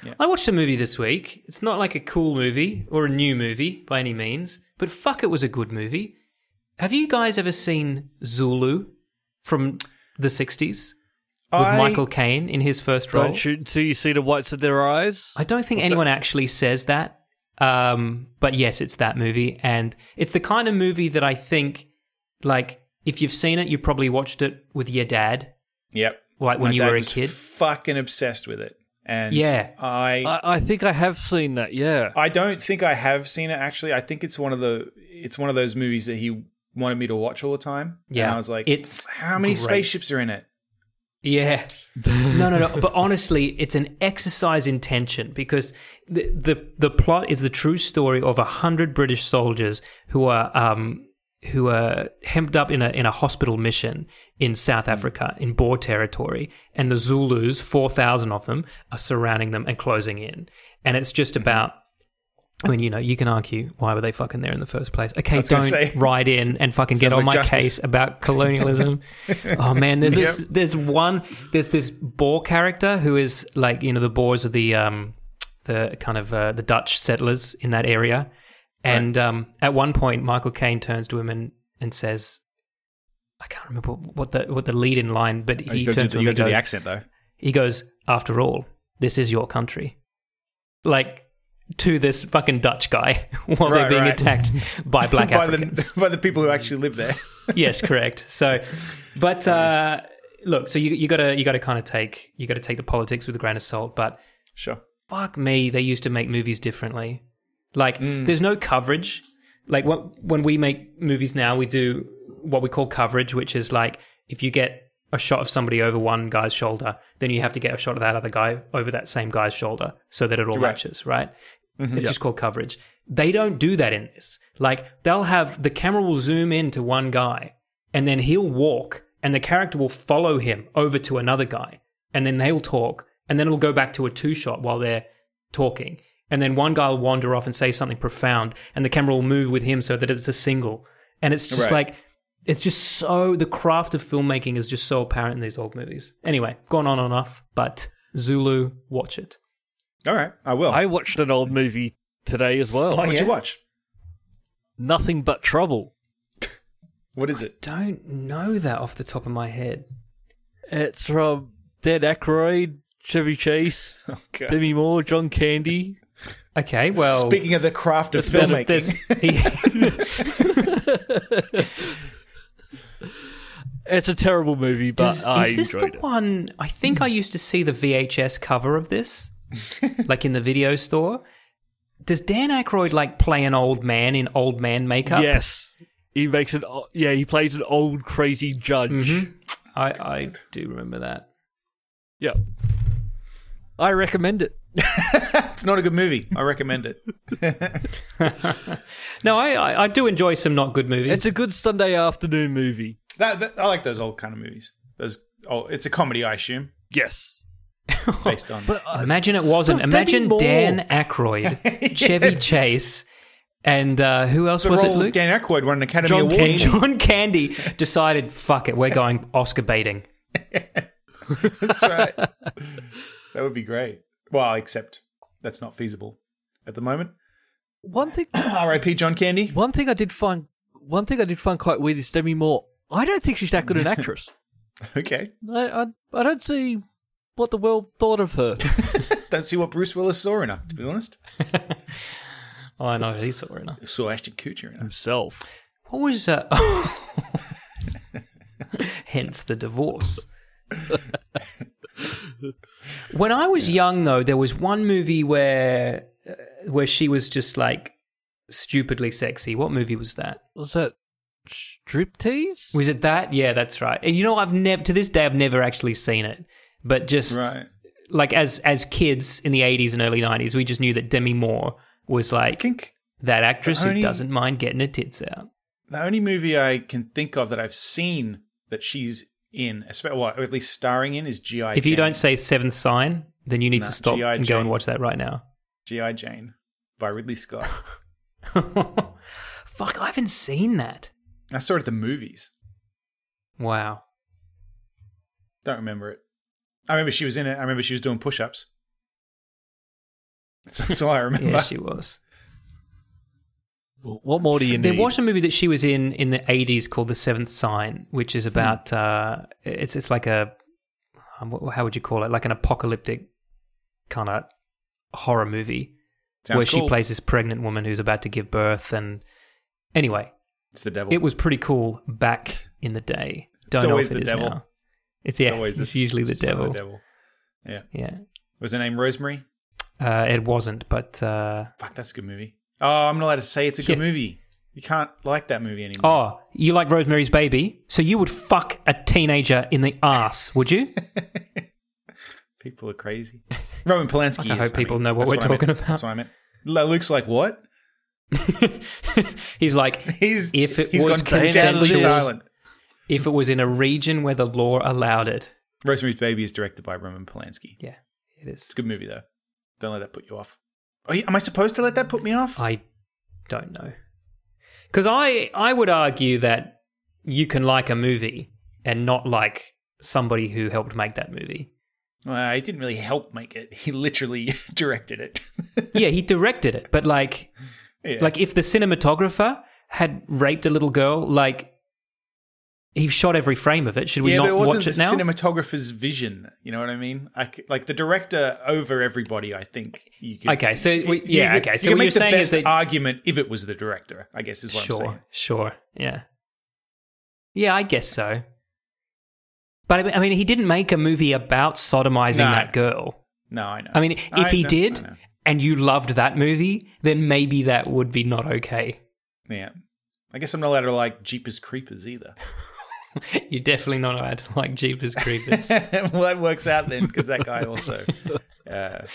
Speaker 3: Yeah.
Speaker 4: I watched a movie this week. It's not like a cool movie or a new movie by any means, but fuck, it was a good movie. Have you guys ever seen Zulu from the 60s Oh, with
Speaker 3: I-
Speaker 4: Michael Caine in his first role?
Speaker 2: Don't shoot until you see the whites of their eyes.
Speaker 4: I don't think anyone actually says that. Um, but yes, it's that movie. And it's the kind of movie that I think, like, if you've seen it, you probably watched it with your dad.
Speaker 3: Yep.
Speaker 4: Like when
Speaker 3: My
Speaker 4: you
Speaker 3: dad
Speaker 4: were a
Speaker 3: was
Speaker 4: kid?
Speaker 3: Fucking obsessed with it. And
Speaker 4: Yeah. Uh,
Speaker 3: I, I
Speaker 2: I, I think Oh. I have seen that. Yeah.
Speaker 3: don't think I have seen it actually. I think it's one of the it's one of those movies that he wanted me to watch all the time.
Speaker 4: Yeah.
Speaker 3: And I was like,
Speaker 4: It's
Speaker 3: how many
Speaker 4: great.
Speaker 3: spaceships are in it?
Speaker 4: Yeah. no, no, no. But honestly, it's an exercise in tension because the the, the plot is the true story of a hundred British soldiers who are um, who are hemmed up in a in a hospital mission in
Speaker 3: Hmm.
Speaker 4: South Africa in Boer territory, and the Zulus, four thousand of them, are surrounding them and closing in, and it's
Speaker 3: Hmm.
Speaker 4: just about. I mean, you know, you can argue why were they fucking there in the first place? Okay,
Speaker 3: was gonna
Speaker 4: don't
Speaker 3: say,
Speaker 4: ride in and fucking get
Speaker 3: sounds
Speaker 4: on my
Speaker 3: like justice.
Speaker 4: case about colonialism. oh man, there's this,
Speaker 3: Yep.
Speaker 4: there's one there's this Boer character who is like you know the Boers are the um the kind of uh, the Dutch settlers in that area, and um at one point Michael Caine turns to him and and says. I can't remember what the what the lead in line, but he
Speaker 3: gotta
Speaker 4: turns
Speaker 3: do,
Speaker 4: to him
Speaker 3: Oh, you
Speaker 4: and
Speaker 3: gotta do
Speaker 4: goes,
Speaker 3: the accent though.
Speaker 4: he goes, After all, this is your country. Like, to this fucking Dutch guy while
Speaker 3: Right,
Speaker 4: they're being
Speaker 3: right.
Speaker 4: attacked by black
Speaker 3: By
Speaker 4: Africans.
Speaker 3: the, by the people who actually live there.
Speaker 4: yes, correct. So, but uh, look, so you, you gotta you gotta kind of take you gotta take the politics with a grain of salt. But
Speaker 3: sure.
Speaker 4: fuck me, they used to make movies differently. Like, there's no coverage. Like, what, when we make movies now, we do what we call coverage, which is like if you get a shot of somebody over one guy's shoulder, then you have to get a shot of that other guy over that same guy's shoulder so that it all
Speaker 3: Right.
Speaker 4: matches, right? It's just called coverage. They don't do that in this. Like, they'll have the camera will zoom in to one guy and then he'll walk and the character will follow him over to another guy and then they'll talk and then it'll go back to a two shot while they're talking and then one guy will wander off and say something profound and the camera will move with him so that it's a single and it's just
Speaker 3: Right.
Speaker 4: like it's just so the craft of filmmaking is just so apparent in these old movies anyway gone on and off but zulu watch it
Speaker 3: All right. I will.
Speaker 2: I watched an old movie today as well.
Speaker 3: What'd
Speaker 4: yeah?
Speaker 3: you watch?
Speaker 2: Nothing but trouble.
Speaker 3: What is it?
Speaker 4: don't know that off the top of my head
Speaker 2: It's from Dan Aykroyd, Chevy Chase,
Speaker 3: God.
Speaker 2: Demi Moore, John Candy.
Speaker 4: okay well
Speaker 3: Speaking of the craft of
Speaker 4: there's-
Speaker 3: filmmaking,
Speaker 4: there's- he-
Speaker 2: It's a terrible movie, but
Speaker 4: Does-
Speaker 2: I
Speaker 4: is this
Speaker 2: enjoyed
Speaker 4: the
Speaker 2: it.
Speaker 4: one? I think I used to see the VHS cover of this, like in the video store. Does Dan Aykroyd like play an old man in old man makeup?
Speaker 2: Yes, he makes an. o- Yeah, he plays an old crazy judge.
Speaker 4: I, I do remember that.
Speaker 2: Yeah, I recommend it.
Speaker 3: it's not a good movie. I recommend it.
Speaker 4: No, I, I, I do enjoy some not good movies.
Speaker 2: It's a good Sunday afternoon movie.
Speaker 3: That, that I like those old kind of movies. Those oh, it's a comedy, I assume,
Speaker 2: Yes,
Speaker 3: based on.
Speaker 4: Imagine it wasn't.
Speaker 2: But Demi
Speaker 4: Imagine
Speaker 2: Moore.
Speaker 4: Dan Aykroyd, Chevy Chase, and uh, who else
Speaker 3: the
Speaker 4: was it?
Speaker 3: role of
Speaker 4: Luke
Speaker 3: Dan Aykroyd won an Academy
Speaker 2: John
Speaker 3: Award.
Speaker 2: Candy.
Speaker 4: John Candy decided, fuck it, we're going Oscar baiting.
Speaker 3: That's right. that would be great. Well, except that's not feasible at the moment.
Speaker 2: one thing.
Speaker 3: R.I.P. John Candy.
Speaker 2: One thing I did find. One thing I did find quite weird is Demi Moore. I don't think she's that good an actress.
Speaker 3: Okay.
Speaker 2: I, I I don't see what the world thought of her.
Speaker 3: Don't see what Bruce Willis saw in her, to be honest.
Speaker 4: Oh, I know he saw it. now.
Speaker 3: Saw Ashton Kutcher in her.
Speaker 2: Himself.
Speaker 4: What was that? uh, Hence the divorce. when I was young, though, there was one movie where uh, where she was just like stupidly sexy. What movie was that?
Speaker 2: Was that striptease?
Speaker 4: Was it that? Yeah, that's right. And you know, I've never to this day I've never actually seen it, but just
Speaker 3: Right.
Speaker 4: like as as kids in the eighties and early nineties, we just knew that Demi Moore was
Speaker 3: I
Speaker 4: like
Speaker 3: think
Speaker 4: that actress
Speaker 3: only-
Speaker 4: who doesn't mind getting her tits out.
Speaker 3: the only movie I can think of that I've seen that she's in, espe- well, or at least starring in, is G.I.
Speaker 4: If you
Speaker 3: Jane.
Speaker 4: don't say seventh sign, then you need
Speaker 3: Nah,
Speaker 4: to stop
Speaker 3: G.I.
Speaker 4: and go
Speaker 3: Jane.
Speaker 4: and watch that right now.
Speaker 3: G.I. Jane by Ridley Scott.
Speaker 4: Fuck, I haven't seen that.
Speaker 3: I saw it at the movies.
Speaker 4: Wow.
Speaker 3: Don't remember it. I remember she was in it. I remember she was doing push ups. That's, that's all I remember.
Speaker 4: Yeah, she was.
Speaker 2: What more do you need?
Speaker 4: There was a movie that she was in in the '80s called The Seventh Sign, which
Speaker 3: Hmm.
Speaker 4: is about uh, it's it's like a um, wh- how would you call it? Like an apocalyptic kind of horror movie
Speaker 3: Sounds
Speaker 4: where
Speaker 3: cool.
Speaker 4: she plays this pregnant woman who's about to give birth. And anyway,
Speaker 3: It's the devil.
Speaker 4: it was pretty cool back in the day. Don't
Speaker 3: It's
Speaker 4: know
Speaker 3: always
Speaker 4: if it
Speaker 3: the
Speaker 4: is
Speaker 3: devil.
Speaker 4: now. It's yeah, it's,
Speaker 3: this
Speaker 4: usually the
Speaker 3: son of
Speaker 4: devil.
Speaker 3: devil.
Speaker 4: Yeah,
Speaker 3: Was her name Rosemary?
Speaker 4: uh, it wasn't, but uh,
Speaker 3: Fuck, that's a good movie. Oh, I'm not allowed to say it's a good
Speaker 4: Yeah.
Speaker 3: movie. You can't like that movie anymore.
Speaker 4: oh, you like Rosemary's Baby, so you would fuck a teenager in the ass, would you?
Speaker 3: People are crazy. Roman Polanski.
Speaker 4: I hope
Speaker 3: is,
Speaker 4: people know what
Speaker 3: that's
Speaker 4: we're
Speaker 3: I meant.
Speaker 4: talking about.
Speaker 3: That's what I meant. Lo- Looks like what?
Speaker 4: He's like,
Speaker 3: He's
Speaker 4: if it
Speaker 3: he's
Speaker 4: was
Speaker 3: gone deadly
Speaker 2: consensual-
Speaker 4: consensual,
Speaker 3: silent.
Speaker 4: if it was in a region where the law allowed it.
Speaker 3: Rosemary's Baby is directed by Roman Polanski.
Speaker 4: Yeah, it is.
Speaker 3: It's a good movie though. Don't let that put you off. Are you, am I supposed to let that put me off?
Speaker 4: I don't know, because I I would argue that you can like a movie and not like somebody who helped make that movie.
Speaker 3: Well, I didn't really help make it. He literally directed it.
Speaker 4: yeah, he directed it, but like
Speaker 3: Yeah.
Speaker 4: like if the cinematographer had raped a little girl, like he shot every frame of it. Should we
Speaker 3: yeah,
Speaker 4: not
Speaker 3: but it wasn't
Speaker 4: watch it
Speaker 3: the
Speaker 4: now?
Speaker 3: cinematographer's vision. You know what I mean? I c like the director over everybody. I think. You could,
Speaker 4: Okay, so we-
Speaker 3: you
Speaker 4: yeah,
Speaker 3: could-
Speaker 4: okay, so
Speaker 3: you could
Speaker 4: what
Speaker 3: make
Speaker 4: you're
Speaker 3: the
Speaker 4: saying
Speaker 3: best
Speaker 4: is that-
Speaker 3: argument if it was the director. I guess is what I'm saying.
Speaker 4: sure, sure, yeah, yeah. I guess so. But I mean- I mean, he didn't make a movie about sodomizing
Speaker 3: No.
Speaker 4: that girl.
Speaker 3: No, I know.
Speaker 4: I mean, if
Speaker 3: I
Speaker 4: he
Speaker 3: know, I
Speaker 4: did
Speaker 3: know.
Speaker 4: and you loved that movie, then maybe that would be not okay.
Speaker 3: yeah. I guess I'm not allowed to like Jeepers Creepers either.
Speaker 4: You're definitely not allowed to like Jeepers Creepers.
Speaker 3: well, that works out then because that guy also uh,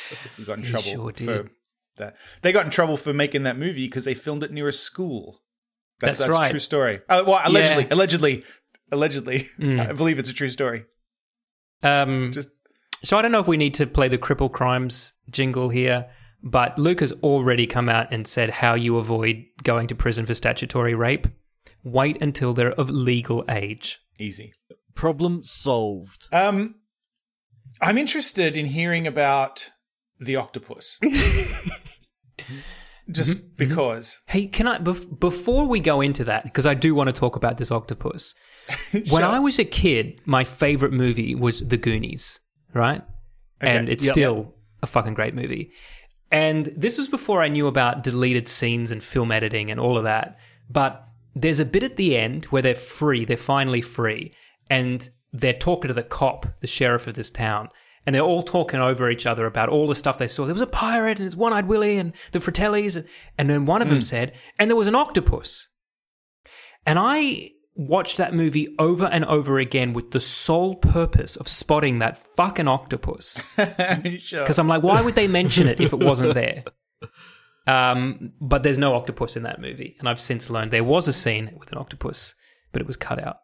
Speaker 3: got in
Speaker 4: He
Speaker 3: trouble
Speaker 4: sure did.
Speaker 3: for that. They got in trouble for making that movie because they filmed it near a school. That's,
Speaker 4: That's
Speaker 3: that's a
Speaker 4: right.
Speaker 3: true story. Uh, well, allegedly,
Speaker 4: Yeah. Mm.
Speaker 3: allegedly, allegedly. I believe it's a true story.
Speaker 4: um,
Speaker 3: Just-
Speaker 4: so I don't know if we need to play the Cripple Crimes jingle here, but Luke has already come out and said how you avoid going to prison for statutory rape. Wait until they're of legal age.
Speaker 3: Easy.
Speaker 2: Problem solved.
Speaker 3: Um, I'm interested in hearing about the octopus.
Speaker 4: Mm-hmm.
Speaker 3: Just because.
Speaker 4: Hey, can I bef- before we go into that because I do want to talk about this octopus. When
Speaker 3: Sure.
Speaker 4: I was a kid, my favorite movie was The Goonies, right? And it's
Speaker 3: Yep.
Speaker 4: still a fucking great movie. And this was before I knew about deleted scenes and film editing and all of that. But there's a bit at the end where they're free, they're finally free, and they're talking to the cop, the sheriff of this town. And they're all talking over each other about all the stuff they saw. There was a pirate and his one eyed Willie and the Fratellis. And, and then one of them said, and there was an octopus. And I watched that movie over and over again with the sole purpose of spotting that fucking octopus.
Speaker 3: sure.
Speaker 4: Because I'm like, why would they mention it if it wasn't there? Um, but there's no octopus in that movie. And I've since learned there was a scene with an octopus, but it was cut out.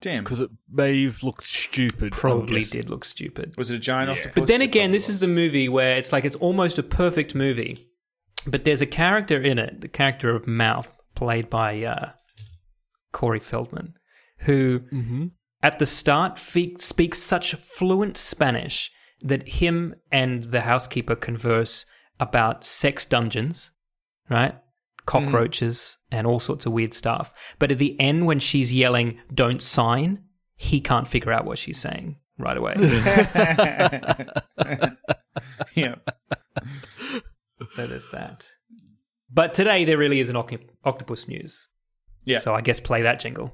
Speaker 3: Damn.
Speaker 2: Because it may have looked stupid. I'm
Speaker 4: Probably
Speaker 2: guessing.
Speaker 4: did look stupid.
Speaker 3: Was it a giant octopus?
Speaker 4: But then
Speaker 3: It
Speaker 4: again,
Speaker 3: probably
Speaker 4: this
Speaker 3: was.
Speaker 4: is the movie where it's like it's almost a perfect movie, but there's a character in it, the character of Mouth, played by uh, Corey Feldman, who at the start fe- speaks such fluent Spanish that him and the housekeeper converse about sex dungeons, right? Cockroaches and all sorts of weird stuff. But at the end, when she's yelling, don't sign, he can't figure out what she's saying right away.
Speaker 3: yeah.
Speaker 4: So there's that. But today there really is an oc- octopus news.
Speaker 3: Yeah.
Speaker 4: So I guess play that jingle.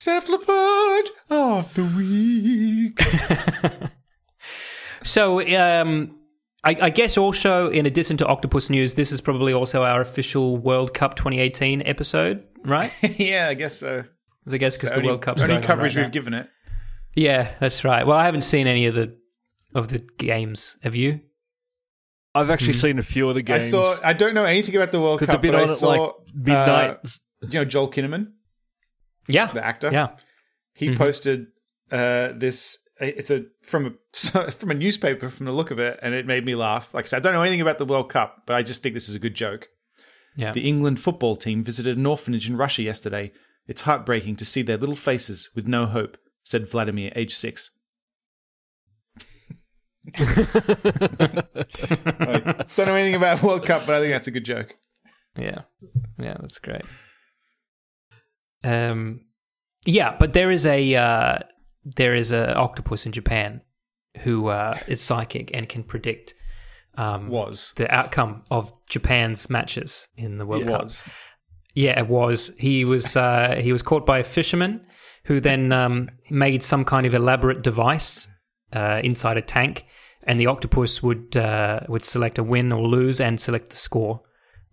Speaker 3: Cephalopod of the week.
Speaker 4: So um, I, I guess also in addition to octopus news, this is probably also our official World Cup 2018 episode, right?
Speaker 3: yeah, I guess so.
Speaker 4: I guess because the,
Speaker 3: only,
Speaker 4: World Cup's
Speaker 3: only
Speaker 4: going on
Speaker 3: coverage
Speaker 4: right
Speaker 3: we've
Speaker 4: now.
Speaker 3: given it.
Speaker 4: Yeah, that's right. Well, I haven't seen any of the of the games. Have you?
Speaker 2: I've actually seen a few of the games.
Speaker 3: I saw. I don't know anything about the World
Speaker 2: because I've
Speaker 3: Cup,
Speaker 2: been
Speaker 3: but
Speaker 2: on
Speaker 3: I
Speaker 2: at
Speaker 3: saw
Speaker 2: like midnight.
Speaker 3: uh, you know Joel Kinnaman,
Speaker 4: Yeah,
Speaker 3: the actor.
Speaker 4: Yeah, Mm-hmm.
Speaker 3: he posted uh, this. It's a from a from a newspaper from the look of it, and it made me laugh. Like I said, I don't know anything about the World Cup, but I just think this is a good joke.
Speaker 4: yeah.
Speaker 3: The England football team visited an orphanage in Russia yesterday. It's heartbreaking to see their little faces with no hope," said Vladimir, age six. Like, Don't know anything about World Cup, but I think that's a good joke.
Speaker 4: Yeah. Yeah, that's great. Um yeah, but there is a uh there is a octopus in Japan who uh is psychic and can predict um
Speaker 3: Was.
Speaker 4: the outcome of Japan's matches in the World Cup.
Speaker 3: Was.
Speaker 4: Yeah, it was. He was uh he was caught by a fisherman who then um made some kind of elaborate device uh inside a tank and the octopus would uh would select a win or lose and select the score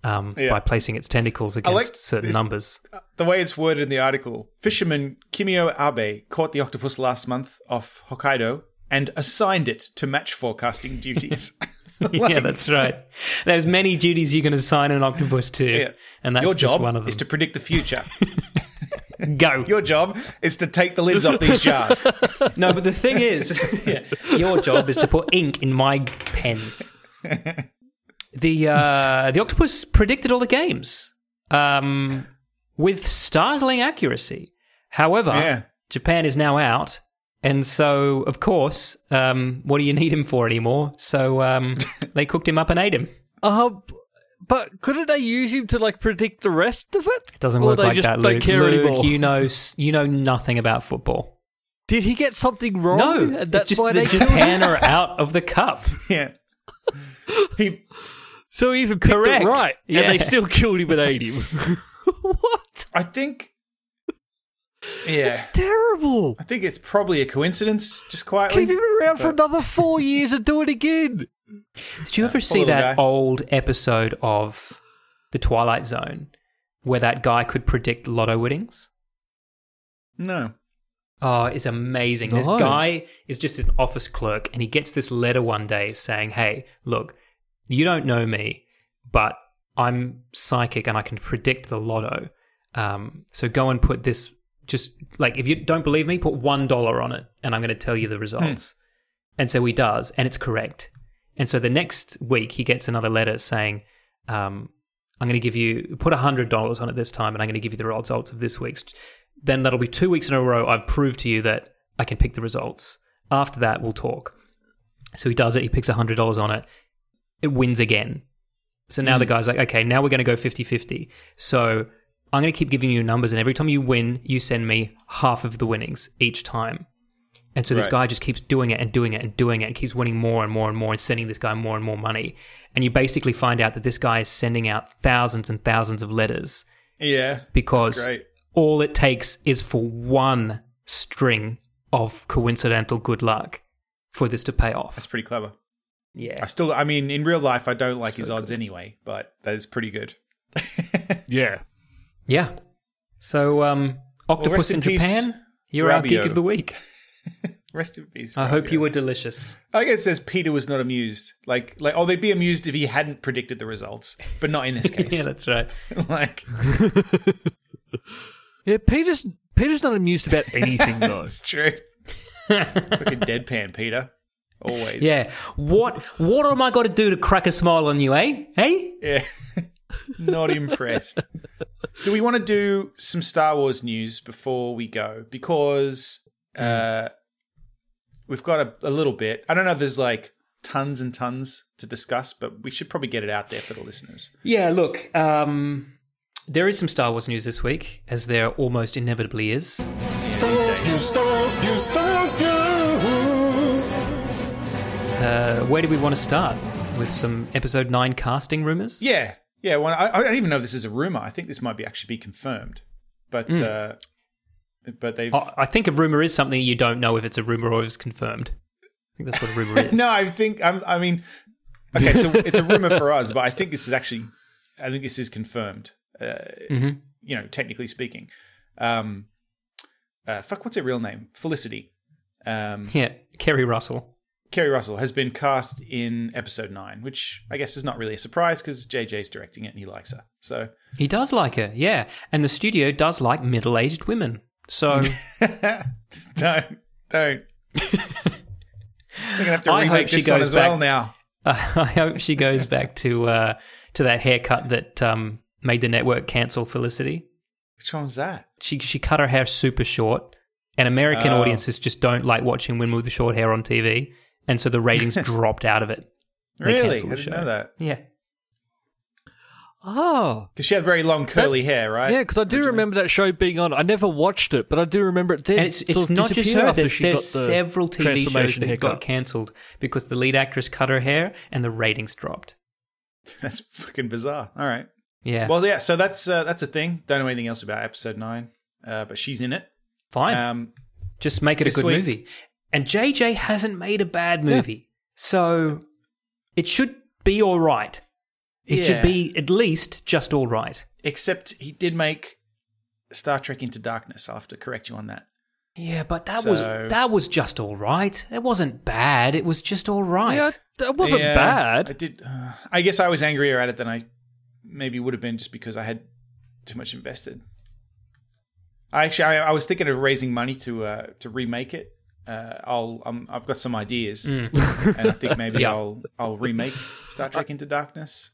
Speaker 4: um
Speaker 3: Yeah.
Speaker 4: by placing its tentacles against
Speaker 3: like
Speaker 4: certain
Speaker 3: this-
Speaker 4: numbers.
Speaker 3: The way it's worded in the article, fisherman Kimio Abe caught the octopus last month off Hokkaido and assigned it to match forecasting duties.
Speaker 4: yeah, that's right. There's many duties you can assign an octopus to,
Speaker 3: Yeah.
Speaker 4: and that's
Speaker 3: Your
Speaker 4: just
Speaker 3: job
Speaker 4: one of them.
Speaker 3: is to predict the future.
Speaker 4: Go.
Speaker 3: Your job is to take the lids off these jars.
Speaker 4: no, but the thing is, yeah, your job is to put ink in my pens. the uh, the octopus predicted all the games um, with startling accuracy. However,
Speaker 3: Yeah.
Speaker 4: Japan is now out, and so of course, um, what do you need him for anymore? So um, they cooked him up and ate him.
Speaker 2: Uh, b- but couldn't they use him to like predict the rest of it?
Speaker 4: It doesn't
Speaker 2: Or
Speaker 4: work
Speaker 2: they
Speaker 4: like
Speaker 2: just
Speaker 4: that,
Speaker 2: Don't
Speaker 4: Luke.
Speaker 2: care
Speaker 4: Luke,
Speaker 2: anymore.
Speaker 4: you know, s- you know nothing about football.
Speaker 2: Did he get something wrong?
Speaker 4: no,
Speaker 2: and
Speaker 4: it's
Speaker 2: that's
Speaker 4: just
Speaker 2: why
Speaker 4: the
Speaker 2: they killed him.
Speaker 4: Japan are out of the cup.
Speaker 3: yeah. He
Speaker 2: So he even picked
Speaker 4: Correct.
Speaker 2: it right,
Speaker 4: Yeah.
Speaker 2: and they still killed him and ate him. what?
Speaker 3: I think Yeah.
Speaker 2: Terrible.
Speaker 3: I think it's probably a coincidence, just
Speaker 2: Keep
Speaker 3: quietly.
Speaker 2: him around for
Speaker 3: But-
Speaker 2: another four years and do it again.
Speaker 4: Did you ever see
Speaker 3: little
Speaker 4: that
Speaker 3: guy.
Speaker 4: old episode of The Twilight Zone where that guy could predict lotto winnings?
Speaker 3: No.
Speaker 4: Oh, it's amazing. This
Speaker 2: No.
Speaker 4: guy is just an office clerk and he gets this letter one day saying, Hey, look, you don't know me, but I'm psychic and I can predict the lotto. Um, so go and put this, just like if you don't believe me, put $1 on it and I'm going to tell you the results. And so he does, and it's correct. And so the next week, he gets another letter saying, um, I'm going to give you, put $100 on it this time, and I'm going to give you the results of this week's. Then that'll be two weeks in a row. I've proved to you that I can pick the results. After that, we'll talk. So he does it. He picks $100 on it. It wins again. So now the guy's like, okay, now we're going to go 50 50. So I'm going to keep giving you numbers, and every time you win, you send me half of the winnings each time. And so this
Speaker 3: Right.
Speaker 4: guy just keeps doing it and doing it and doing it and keeps winning more and more and more and sending this guy more and more money. And you basically find out that this guy is sending out thousands and thousands of letters
Speaker 3: Yeah.
Speaker 4: because
Speaker 3: That's great.
Speaker 4: all it takes is for one string of coincidental good luck for this to pay
Speaker 3: That's
Speaker 4: off.
Speaker 3: pretty clever. I
Speaker 4: Yeah.
Speaker 3: still I mean in real life I don't like his
Speaker 4: So
Speaker 3: odds anyway, but that is pretty good.
Speaker 2: Yeah.
Speaker 4: Yeah. So um Octopus
Speaker 3: rest in
Speaker 4: in
Speaker 3: peace,
Speaker 4: Japan, you're our geek
Speaker 3: Rabio.
Speaker 4: of the week.
Speaker 3: Rest in peace.
Speaker 4: I hope
Speaker 3: Fabio.
Speaker 4: you were delicious.
Speaker 3: I guess it says Peter was not amused. Like like oh they'd be amused if he hadn't predicted the results, but not in this case.
Speaker 4: yeah, that's right.
Speaker 3: like
Speaker 2: Yeah, Peter's Peter's not amused about anything though.
Speaker 3: that's true. Fucking deadpan Peter. Always.
Speaker 4: Yeah. What what am I got to do to crack a smile on you, eh? Hey?
Speaker 3: Yeah. Not impressed. do we want to do some Star Wars news before we go? Because uh, we've got a, a little bit. I don't know if there's like tons and tons to discuss, but we should probably get it out there for the listeners.
Speaker 4: Yeah, look, um there is some Star Wars news this week, as there almost inevitably is. Uh, where do we want to start? With some episode nine casting rumors?
Speaker 3: Yeah. Yeah. Well, I, I don't even know if this is a rumor. I think this might be actually be confirmed. But. Uh, but they've
Speaker 4: I I think a rumor is something you don't know if it's a rumor or if it's confirmed. I think that's what a rumor is.
Speaker 3: No, I think I'm, I mean, okay, so it's a rumor for us, but I think this is actually, I think this is confirmed. Uh,
Speaker 4: Mm-hmm.
Speaker 3: You know, technically speaking, um, uh, fuck, what's her real name? Felicity. Um,
Speaker 4: Yeah, Kerry Russell.
Speaker 3: Kerry Russell has been cast in episode nine, which I guess is not really a surprise because JJ's directing it and he likes her. So
Speaker 4: He does like her, yeah. And the studio does like middle aged women. So
Speaker 3: don't, don't. They're gonna have to
Speaker 4: I
Speaker 3: remake
Speaker 4: hope she
Speaker 3: this one
Speaker 4: goes
Speaker 3: as well
Speaker 4: back-
Speaker 3: now.
Speaker 4: uh, I hope she goes back to uh, to that haircut that um, made the network cancel Felicity.
Speaker 3: Which one's that?
Speaker 4: She she cut her hair super short, and American
Speaker 3: Oh.
Speaker 4: audiences just don't like watching women with short hair on TV, and so the ratings dropped out of it. They
Speaker 3: Really? I
Speaker 4: cancelled the
Speaker 3: didn't
Speaker 4: show.
Speaker 3: know that.
Speaker 4: Yeah. Ah.
Speaker 2: Oh.
Speaker 3: Because she had very long curly
Speaker 2: That-
Speaker 3: hair, right?
Speaker 2: Yeah, because I do remember that show being on. I never watched it, but I do remember it did.
Speaker 4: And it's,
Speaker 2: sort
Speaker 4: it's
Speaker 2: of
Speaker 4: not just
Speaker 2: disappear
Speaker 4: her.
Speaker 2: after
Speaker 4: There's,
Speaker 2: she
Speaker 4: there's
Speaker 2: got the
Speaker 4: several TV shows
Speaker 2: transformation
Speaker 4: that
Speaker 2: haircut.
Speaker 4: got cancelled because the lead actress cut her hair and the ratings dropped.
Speaker 3: That's fucking bizarre. All right.
Speaker 4: Yeah.
Speaker 3: Well, yeah. So that's uh, that's a thing. Don't know anything else about episode nine, uh, but she's in it.
Speaker 4: Fine.
Speaker 3: Um,
Speaker 4: just make it a
Speaker 3: this
Speaker 4: good
Speaker 3: week-
Speaker 4: movie. And JJ hasn't made a bad movie. So it should be all right. It
Speaker 3: Yeah.
Speaker 4: should be at least just all right.
Speaker 3: except he did make Star Trek Into Darkness. I'll have to correct you on that.
Speaker 4: Yeah, but that was
Speaker 3: So-
Speaker 4: that was just all right. It wasn't bad. It was just all right.
Speaker 2: Yeah, that wasn't
Speaker 3: Yeah,
Speaker 2: bad.
Speaker 3: I did. Uh, I guess I was angrier at it than I maybe would have been just because I had too much invested. I actually, I, I was thinking of raising money to uh, to remake it. Uh, I'll, um, I've got some ideas, and I think maybe
Speaker 4: Mm. Yeah.
Speaker 3: I'll, I'll remake Star Trek Into Darkness.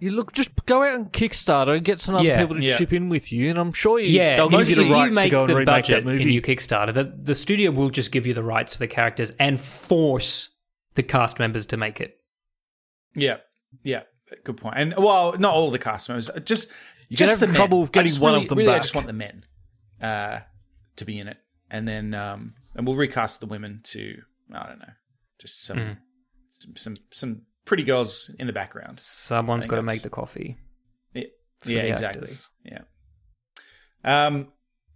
Speaker 2: You look, just go out and Kickstarter and get some other
Speaker 4: Yeah.
Speaker 2: people to
Speaker 3: Yeah.
Speaker 2: chip in with you, and I'm sure you,
Speaker 4: Yeah,
Speaker 2: they'll give you
Speaker 4: mostly
Speaker 2: the rights to
Speaker 4: make
Speaker 2: go and
Speaker 4: the
Speaker 2: remake
Speaker 4: budget
Speaker 2: that movie.
Speaker 4: in your Kickstarter. The, the studio will just give you the rights to the characters and force the cast members to make it.
Speaker 3: Yeah, yeah, good point. And well, not all the cast members, just
Speaker 2: You're gonna
Speaker 3: just
Speaker 2: have
Speaker 3: the men.
Speaker 2: trouble with
Speaker 3: I
Speaker 2: getting
Speaker 3: just
Speaker 2: one
Speaker 3: really-
Speaker 2: of them
Speaker 3: Really, I
Speaker 2: back.
Speaker 3: just want the men uh, to be in it, and then um, and we'll recast the women to I don't know, just some
Speaker 2: Hmm.
Speaker 3: some, some some pretty girls in the background.
Speaker 4: Someone's
Speaker 3: think
Speaker 4: got to
Speaker 3: that's-
Speaker 4: make the coffee.
Speaker 3: Yeah,
Speaker 4: For
Speaker 3: yeah,
Speaker 4: the
Speaker 3: exactly.
Speaker 4: actors.
Speaker 3: Yeah. Um,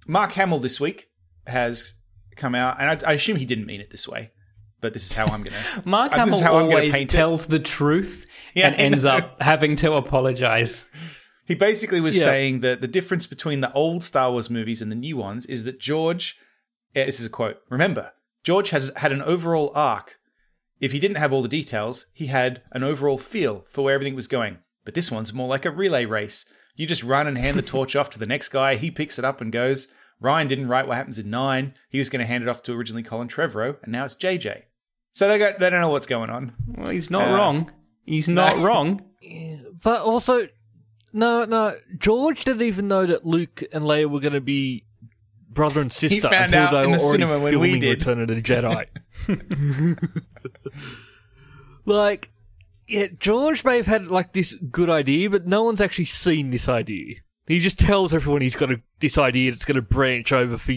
Speaker 3: Mark Hamill this week has come out, and I, I assume he didn't mean it this way, but this is how I'm gonna.
Speaker 4: Mark
Speaker 3: uh, this is
Speaker 4: Hamill
Speaker 3: how I'm gonna
Speaker 4: always
Speaker 3: paint it.
Speaker 4: tells the truth
Speaker 3: Yeah,
Speaker 4: and
Speaker 3: I
Speaker 4: ends
Speaker 3: know.
Speaker 4: up having to apologize.
Speaker 3: He basically was
Speaker 2: Yeah.
Speaker 3: saying that the difference between the old Star Wars movies and the new ones is that George, eh, this is a quote, remember, George has had an overall arc. If he didn't have all the details, he had an overall feel for where everything was going. But this one's more like a relay race. You just run and hand the torch off to the next guy, he picks it up and goes. Ryan didn't write what happens in nine. He was going to hand it off to originally Colin Trevorrow, and now it's JJ. So they go, they don't know what's going on.
Speaker 4: Well, he's not
Speaker 3: Uh,
Speaker 4: wrong. He's not wrong.
Speaker 2: But also, no, no, George didn't even know that Luke and Leia were going to be brother and sister
Speaker 3: found
Speaker 2: until
Speaker 3: out
Speaker 2: they
Speaker 3: in
Speaker 2: were
Speaker 3: the
Speaker 2: already
Speaker 3: cinema when we
Speaker 2: filming
Speaker 3: did.
Speaker 2: Return of the Jedi. like, yeah, George may have had like this good idea, but no one's actually seen this idea. He just tells everyone he's got a, this idea that's going to branch over for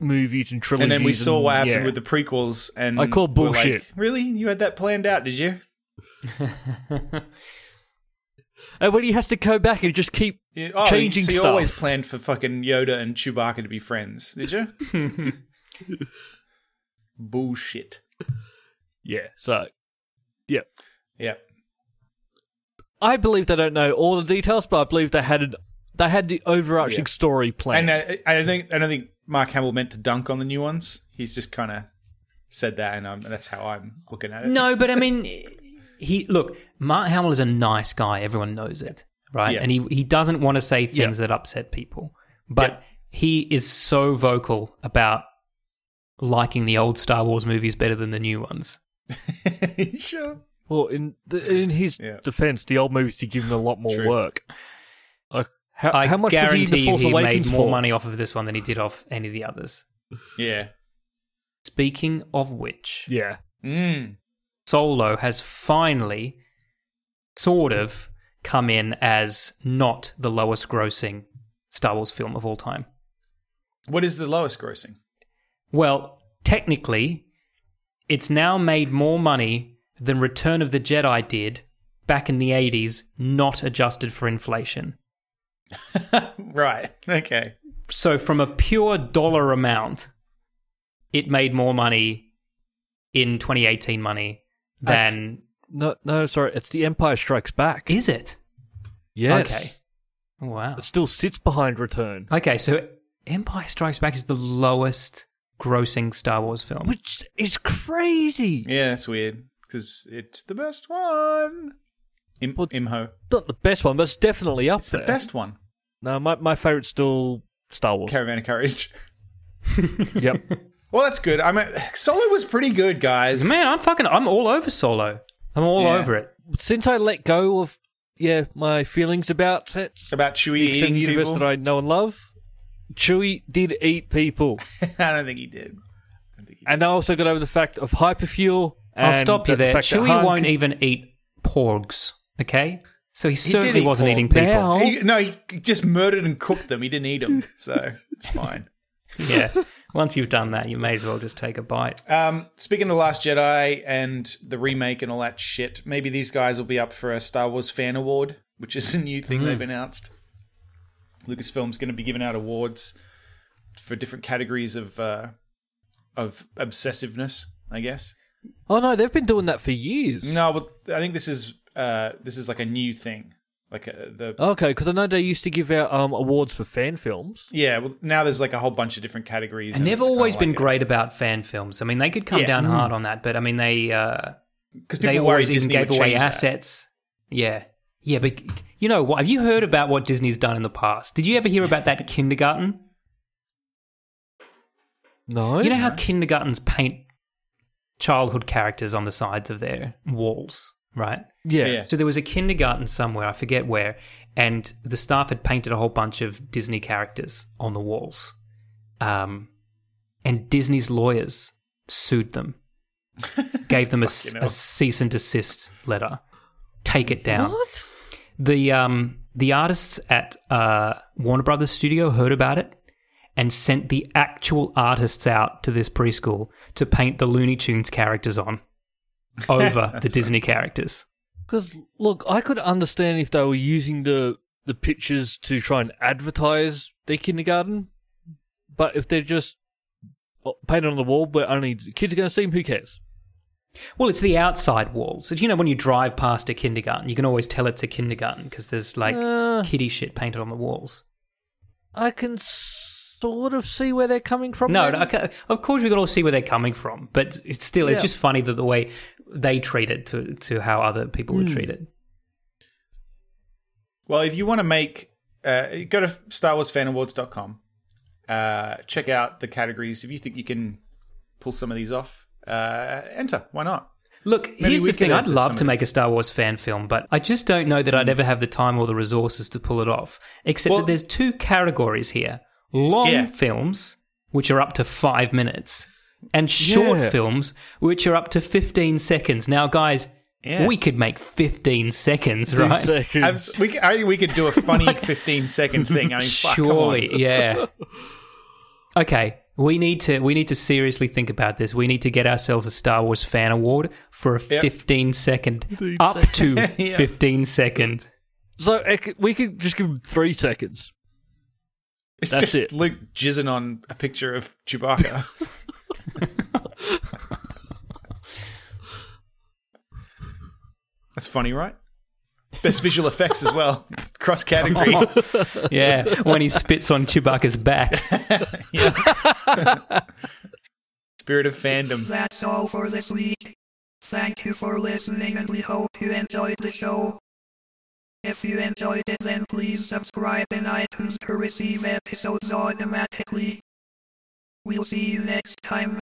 Speaker 2: movies and trilogies.
Speaker 3: And then we saw what happened
Speaker 2: yeah.
Speaker 3: with the prequels, and
Speaker 2: I call
Speaker 3: we're like,
Speaker 2: bullshit.
Speaker 3: really, you had that planned out, did you?
Speaker 2: and when he has to go back and just keep
Speaker 3: Yeah, oh,
Speaker 2: changing
Speaker 3: so you
Speaker 2: stuff.
Speaker 3: always planned for fucking Yoda and Chewbacca to be friends, did you? Bullshit.
Speaker 2: yeah, so yeah,
Speaker 3: Yeah.
Speaker 2: I believe they don't know all the details, but I believe they had an, they had the overarching
Speaker 3: Yeah.
Speaker 2: story planned.
Speaker 3: And I, I don't think I don't think Mark Hamill meant to dunk on the new ones. He's just kind of said that, and um, that's how I'm looking at it.
Speaker 4: No, but I mean, he look. Mark Hamill is a nice guy. Everyone knows it, right?
Speaker 3: Yeah.
Speaker 4: And he he doesn't want to say things that upset people, but he is so vocal about liking the old Star Wars movies better than the new ones.
Speaker 3: sure.
Speaker 2: well, in the, in his
Speaker 3: Yeah.
Speaker 2: defense, the old movies did give him a lot more
Speaker 3: True.
Speaker 2: work. Like, how,
Speaker 4: I
Speaker 2: how much was he
Speaker 4: guarantee
Speaker 2: in the
Speaker 4: you
Speaker 2: Force
Speaker 4: he made
Speaker 2: Awakens
Speaker 4: more
Speaker 2: for?
Speaker 4: money off of this one than he did off any of the others.
Speaker 3: Yeah.
Speaker 4: Speaking of which,
Speaker 2: Yeah,
Speaker 3: Mm.
Speaker 4: Solo has finally sort of come in as not the lowest grossing Star Wars film of all time.
Speaker 3: What is the lowest grossing?
Speaker 4: Well, technically, it's now made more money than Return of the Jedi did back in the 80s, not adjusted for inflation.
Speaker 3: Right. Okay.
Speaker 4: So, from a pure dollar amount, it made more money in 2018 money than.
Speaker 2: no, no, sorry, it's The Empire Strikes Back.
Speaker 4: Is it?
Speaker 2: yes,
Speaker 4: Okay. Wow.
Speaker 2: it still sits behind Return,
Speaker 4: Okay, so Empire Strikes Back is the lowest grossing Star Wars film.
Speaker 2: which is crazy.
Speaker 3: Yeah, that's weird because it's the best one. Im-
Speaker 2: Well, it's-
Speaker 3: Imho.
Speaker 2: Not the best one, but it's definitely up
Speaker 3: It's the
Speaker 2: there.
Speaker 3: best one.
Speaker 2: No, my my favorite's still Star Wars.
Speaker 3: Caravan of Courage.
Speaker 2: yep.
Speaker 3: Well, that's good. I mean, Solo was pretty good, guys.
Speaker 4: Man, I'm fucking I'm all over Solo. I'm all
Speaker 3: Yeah.
Speaker 4: over it.
Speaker 2: Since I let go of yeah my feelings about it,
Speaker 3: About Chewie
Speaker 2: the extended
Speaker 3: eating
Speaker 2: universe
Speaker 3: people.
Speaker 2: that I know and love, Chewie did eat people,
Speaker 3: I don't think he did.
Speaker 2: and I also got over the fact of hyperfuel
Speaker 4: I'll
Speaker 2: and
Speaker 4: stop you
Speaker 2: the
Speaker 4: there.
Speaker 2: fact that
Speaker 4: Chewie
Speaker 2: Han
Speaker 4: won't
Speaker 2: can-
Speaker 4: even eat porgs, okay? So he
Speaker 3: did
Speaker 4: certainly
Speaker 3: eat
Speaker 4: wasn't
Speaker 3: porgs.
Speaker 4: eating people.
Speaker 2: Now- Oh.
Speaker 3: He- no, he just murdered and cooked them. He didn't eat them, so it's fine.
Speaker 4: yeah. Once you've done that, you may as well just take a bite.
Speaker 3: Um, speaking of Last Jedi and the remake and all that shit, maybe these guys will be up for a Star Wars Fan Award, which is a new
Speaker 4: Hmm.
Speaker 3: thing they've announced. Lucasfilm's going to be giving out awards for different categories of uh, of obsessiveness, I guess.
Speaker 2: Oh no, they've been doing that for years.
Speaker 3: No, but I think this is uh, this is like a new thing. Like uh, the
Speaker 4: Oh.
Speaker 2: Okay, because I know they used to give out um, awards for fan films.
Speaker 3: yeah, well, now there's like a whole bunch of different categories,
Speaker 4: And they've
Speaker 3: it's kinda
Speaker 4: always been
Speaker 3: like a-
Speaker 4: great about fan films. I mean, they could come
Speaker 3: Yeah.
Speaker 4: down hard on that, but I mean, they uh,
Speaker 3: because
Speaker 4: they
Speaker 3: people worry
Speaker 4: always
Speaker 3: Disney
Speaker 4: even gave
Speaker 3: would
Speaker 4: away
Speaker 3: change that.
Speaker 4: assets. Yeah, yeah, but you know what? Have you heard about what Disney's done in the past? Did you ever hear about that kindergarten?
Speaker 2: No,
Speaker 4: You know how kindergartens paint childhood characters on the sides of their walls, right?
Speaker 2: yeah.
Speaker 3: Yeah.
Speaker 4: So there was a kindergarten somewhere, I forget where, and the staff had painted a whole bunch of Disney characters on the walls. Um, and Disney's lawyers sued them, gave them a, s-
Speaker 3: Fucking
Speaker 4: a
Speaker 3: hell.
Speaker 4: cease and desist letter. Take it down.
Speaker 2: What?
Speaker 4: The um, the artists at uh, Warner Brothers Studio heard about it and sent the actual artists out to this preschool to paint the Looney Tunes characters on over the Disney characters.
Speaker 2: Because look, I could understand if they were using the the pictures to try and advertise their kindergarten, but if they're just uh, painted on the wall, but only the kids are going to see them, who cares?
Speaker 4: Well, it's the outside walls. You know, when you drive past a kindergarten, you can always tell it's a kindergarten because there's like
Speaker 2: Uh.
Speaker 4: kiddie shit painted on the walls.
Speaker 2: I can sort of see where they're coming from.
Speaker 4: No,
Speaker 2: then.
Speaker 4: no okay, of course we can all see where they're coming from, but it's still it's
Speaker 2: Yeah.
Speaker 4: just funny that the way they treat it to to how other people would
Speaker 2: Hmm.
Speaker 4: treat it.
Speaker 3: Well, if you want to make, uh, go to StarWarsFanAwards.com. Uh, check out the categories. If you think you can pull some of these off, uh, enter. Why not?
Speaker 4: Look, here's
Speaker 3: we
Speaker 4: the
Speaker 3: could
Speaker 4: thing. I'd
Speaker 3: enter some
Speaker 4: love
Speaker 3: of
Speaker 4: to make a
Speaker 3: these.
Speaker 4: Star Wars fan film, but I just don't know that I'd ever have the time or the resources to pull it off. Except
Speaker 3: Well-
Speaker 4: that there's two categories here long
Speaker 3: Yeah.
Speaker 4: films, which are up to five minutes, and short
Speaker 2: Yeah.
Speaker 4: films, which are up to 15 seconds. Now, guys,
Speaker 3: Yeah.
Speaker 4: we could make 15 seconds, right?
Speaker 2: Seconds.
Speaker 3: Abs- we, c- I think we could do a funny 15 second thing. I mean, fuck, come on.
Speaker 4: Surely, yeah. Okay, we need to we need to seriously think about this. We need to get ourselves a Star Wars fan award for a
Speaker 3: Yep.
Speaker 4: fifteen second, up to
Speaker 3: Yeah.
Speaker 4: fifteen second.
Speaker 2: So it c- we could just give them three seconds.
Speaker 3: It's
Speaker 2: That's
Speaker 3: just
Speaker 2: it.
Speaker 3: Luke jizzing on a picture of Chewbacca. That's funny, right? Best visual effects as well. Cross category.
Speaker 4: Yeah, when he spits on Chewbacca's back.
Speaker 3: Spirit of fandom.
Speaker 8: That's all for this week. Thank you for listening and we hope you enjoyed the show. If you enjoyed it then please subscribe in iTunes to receive episodes automatically. We'll see you next time.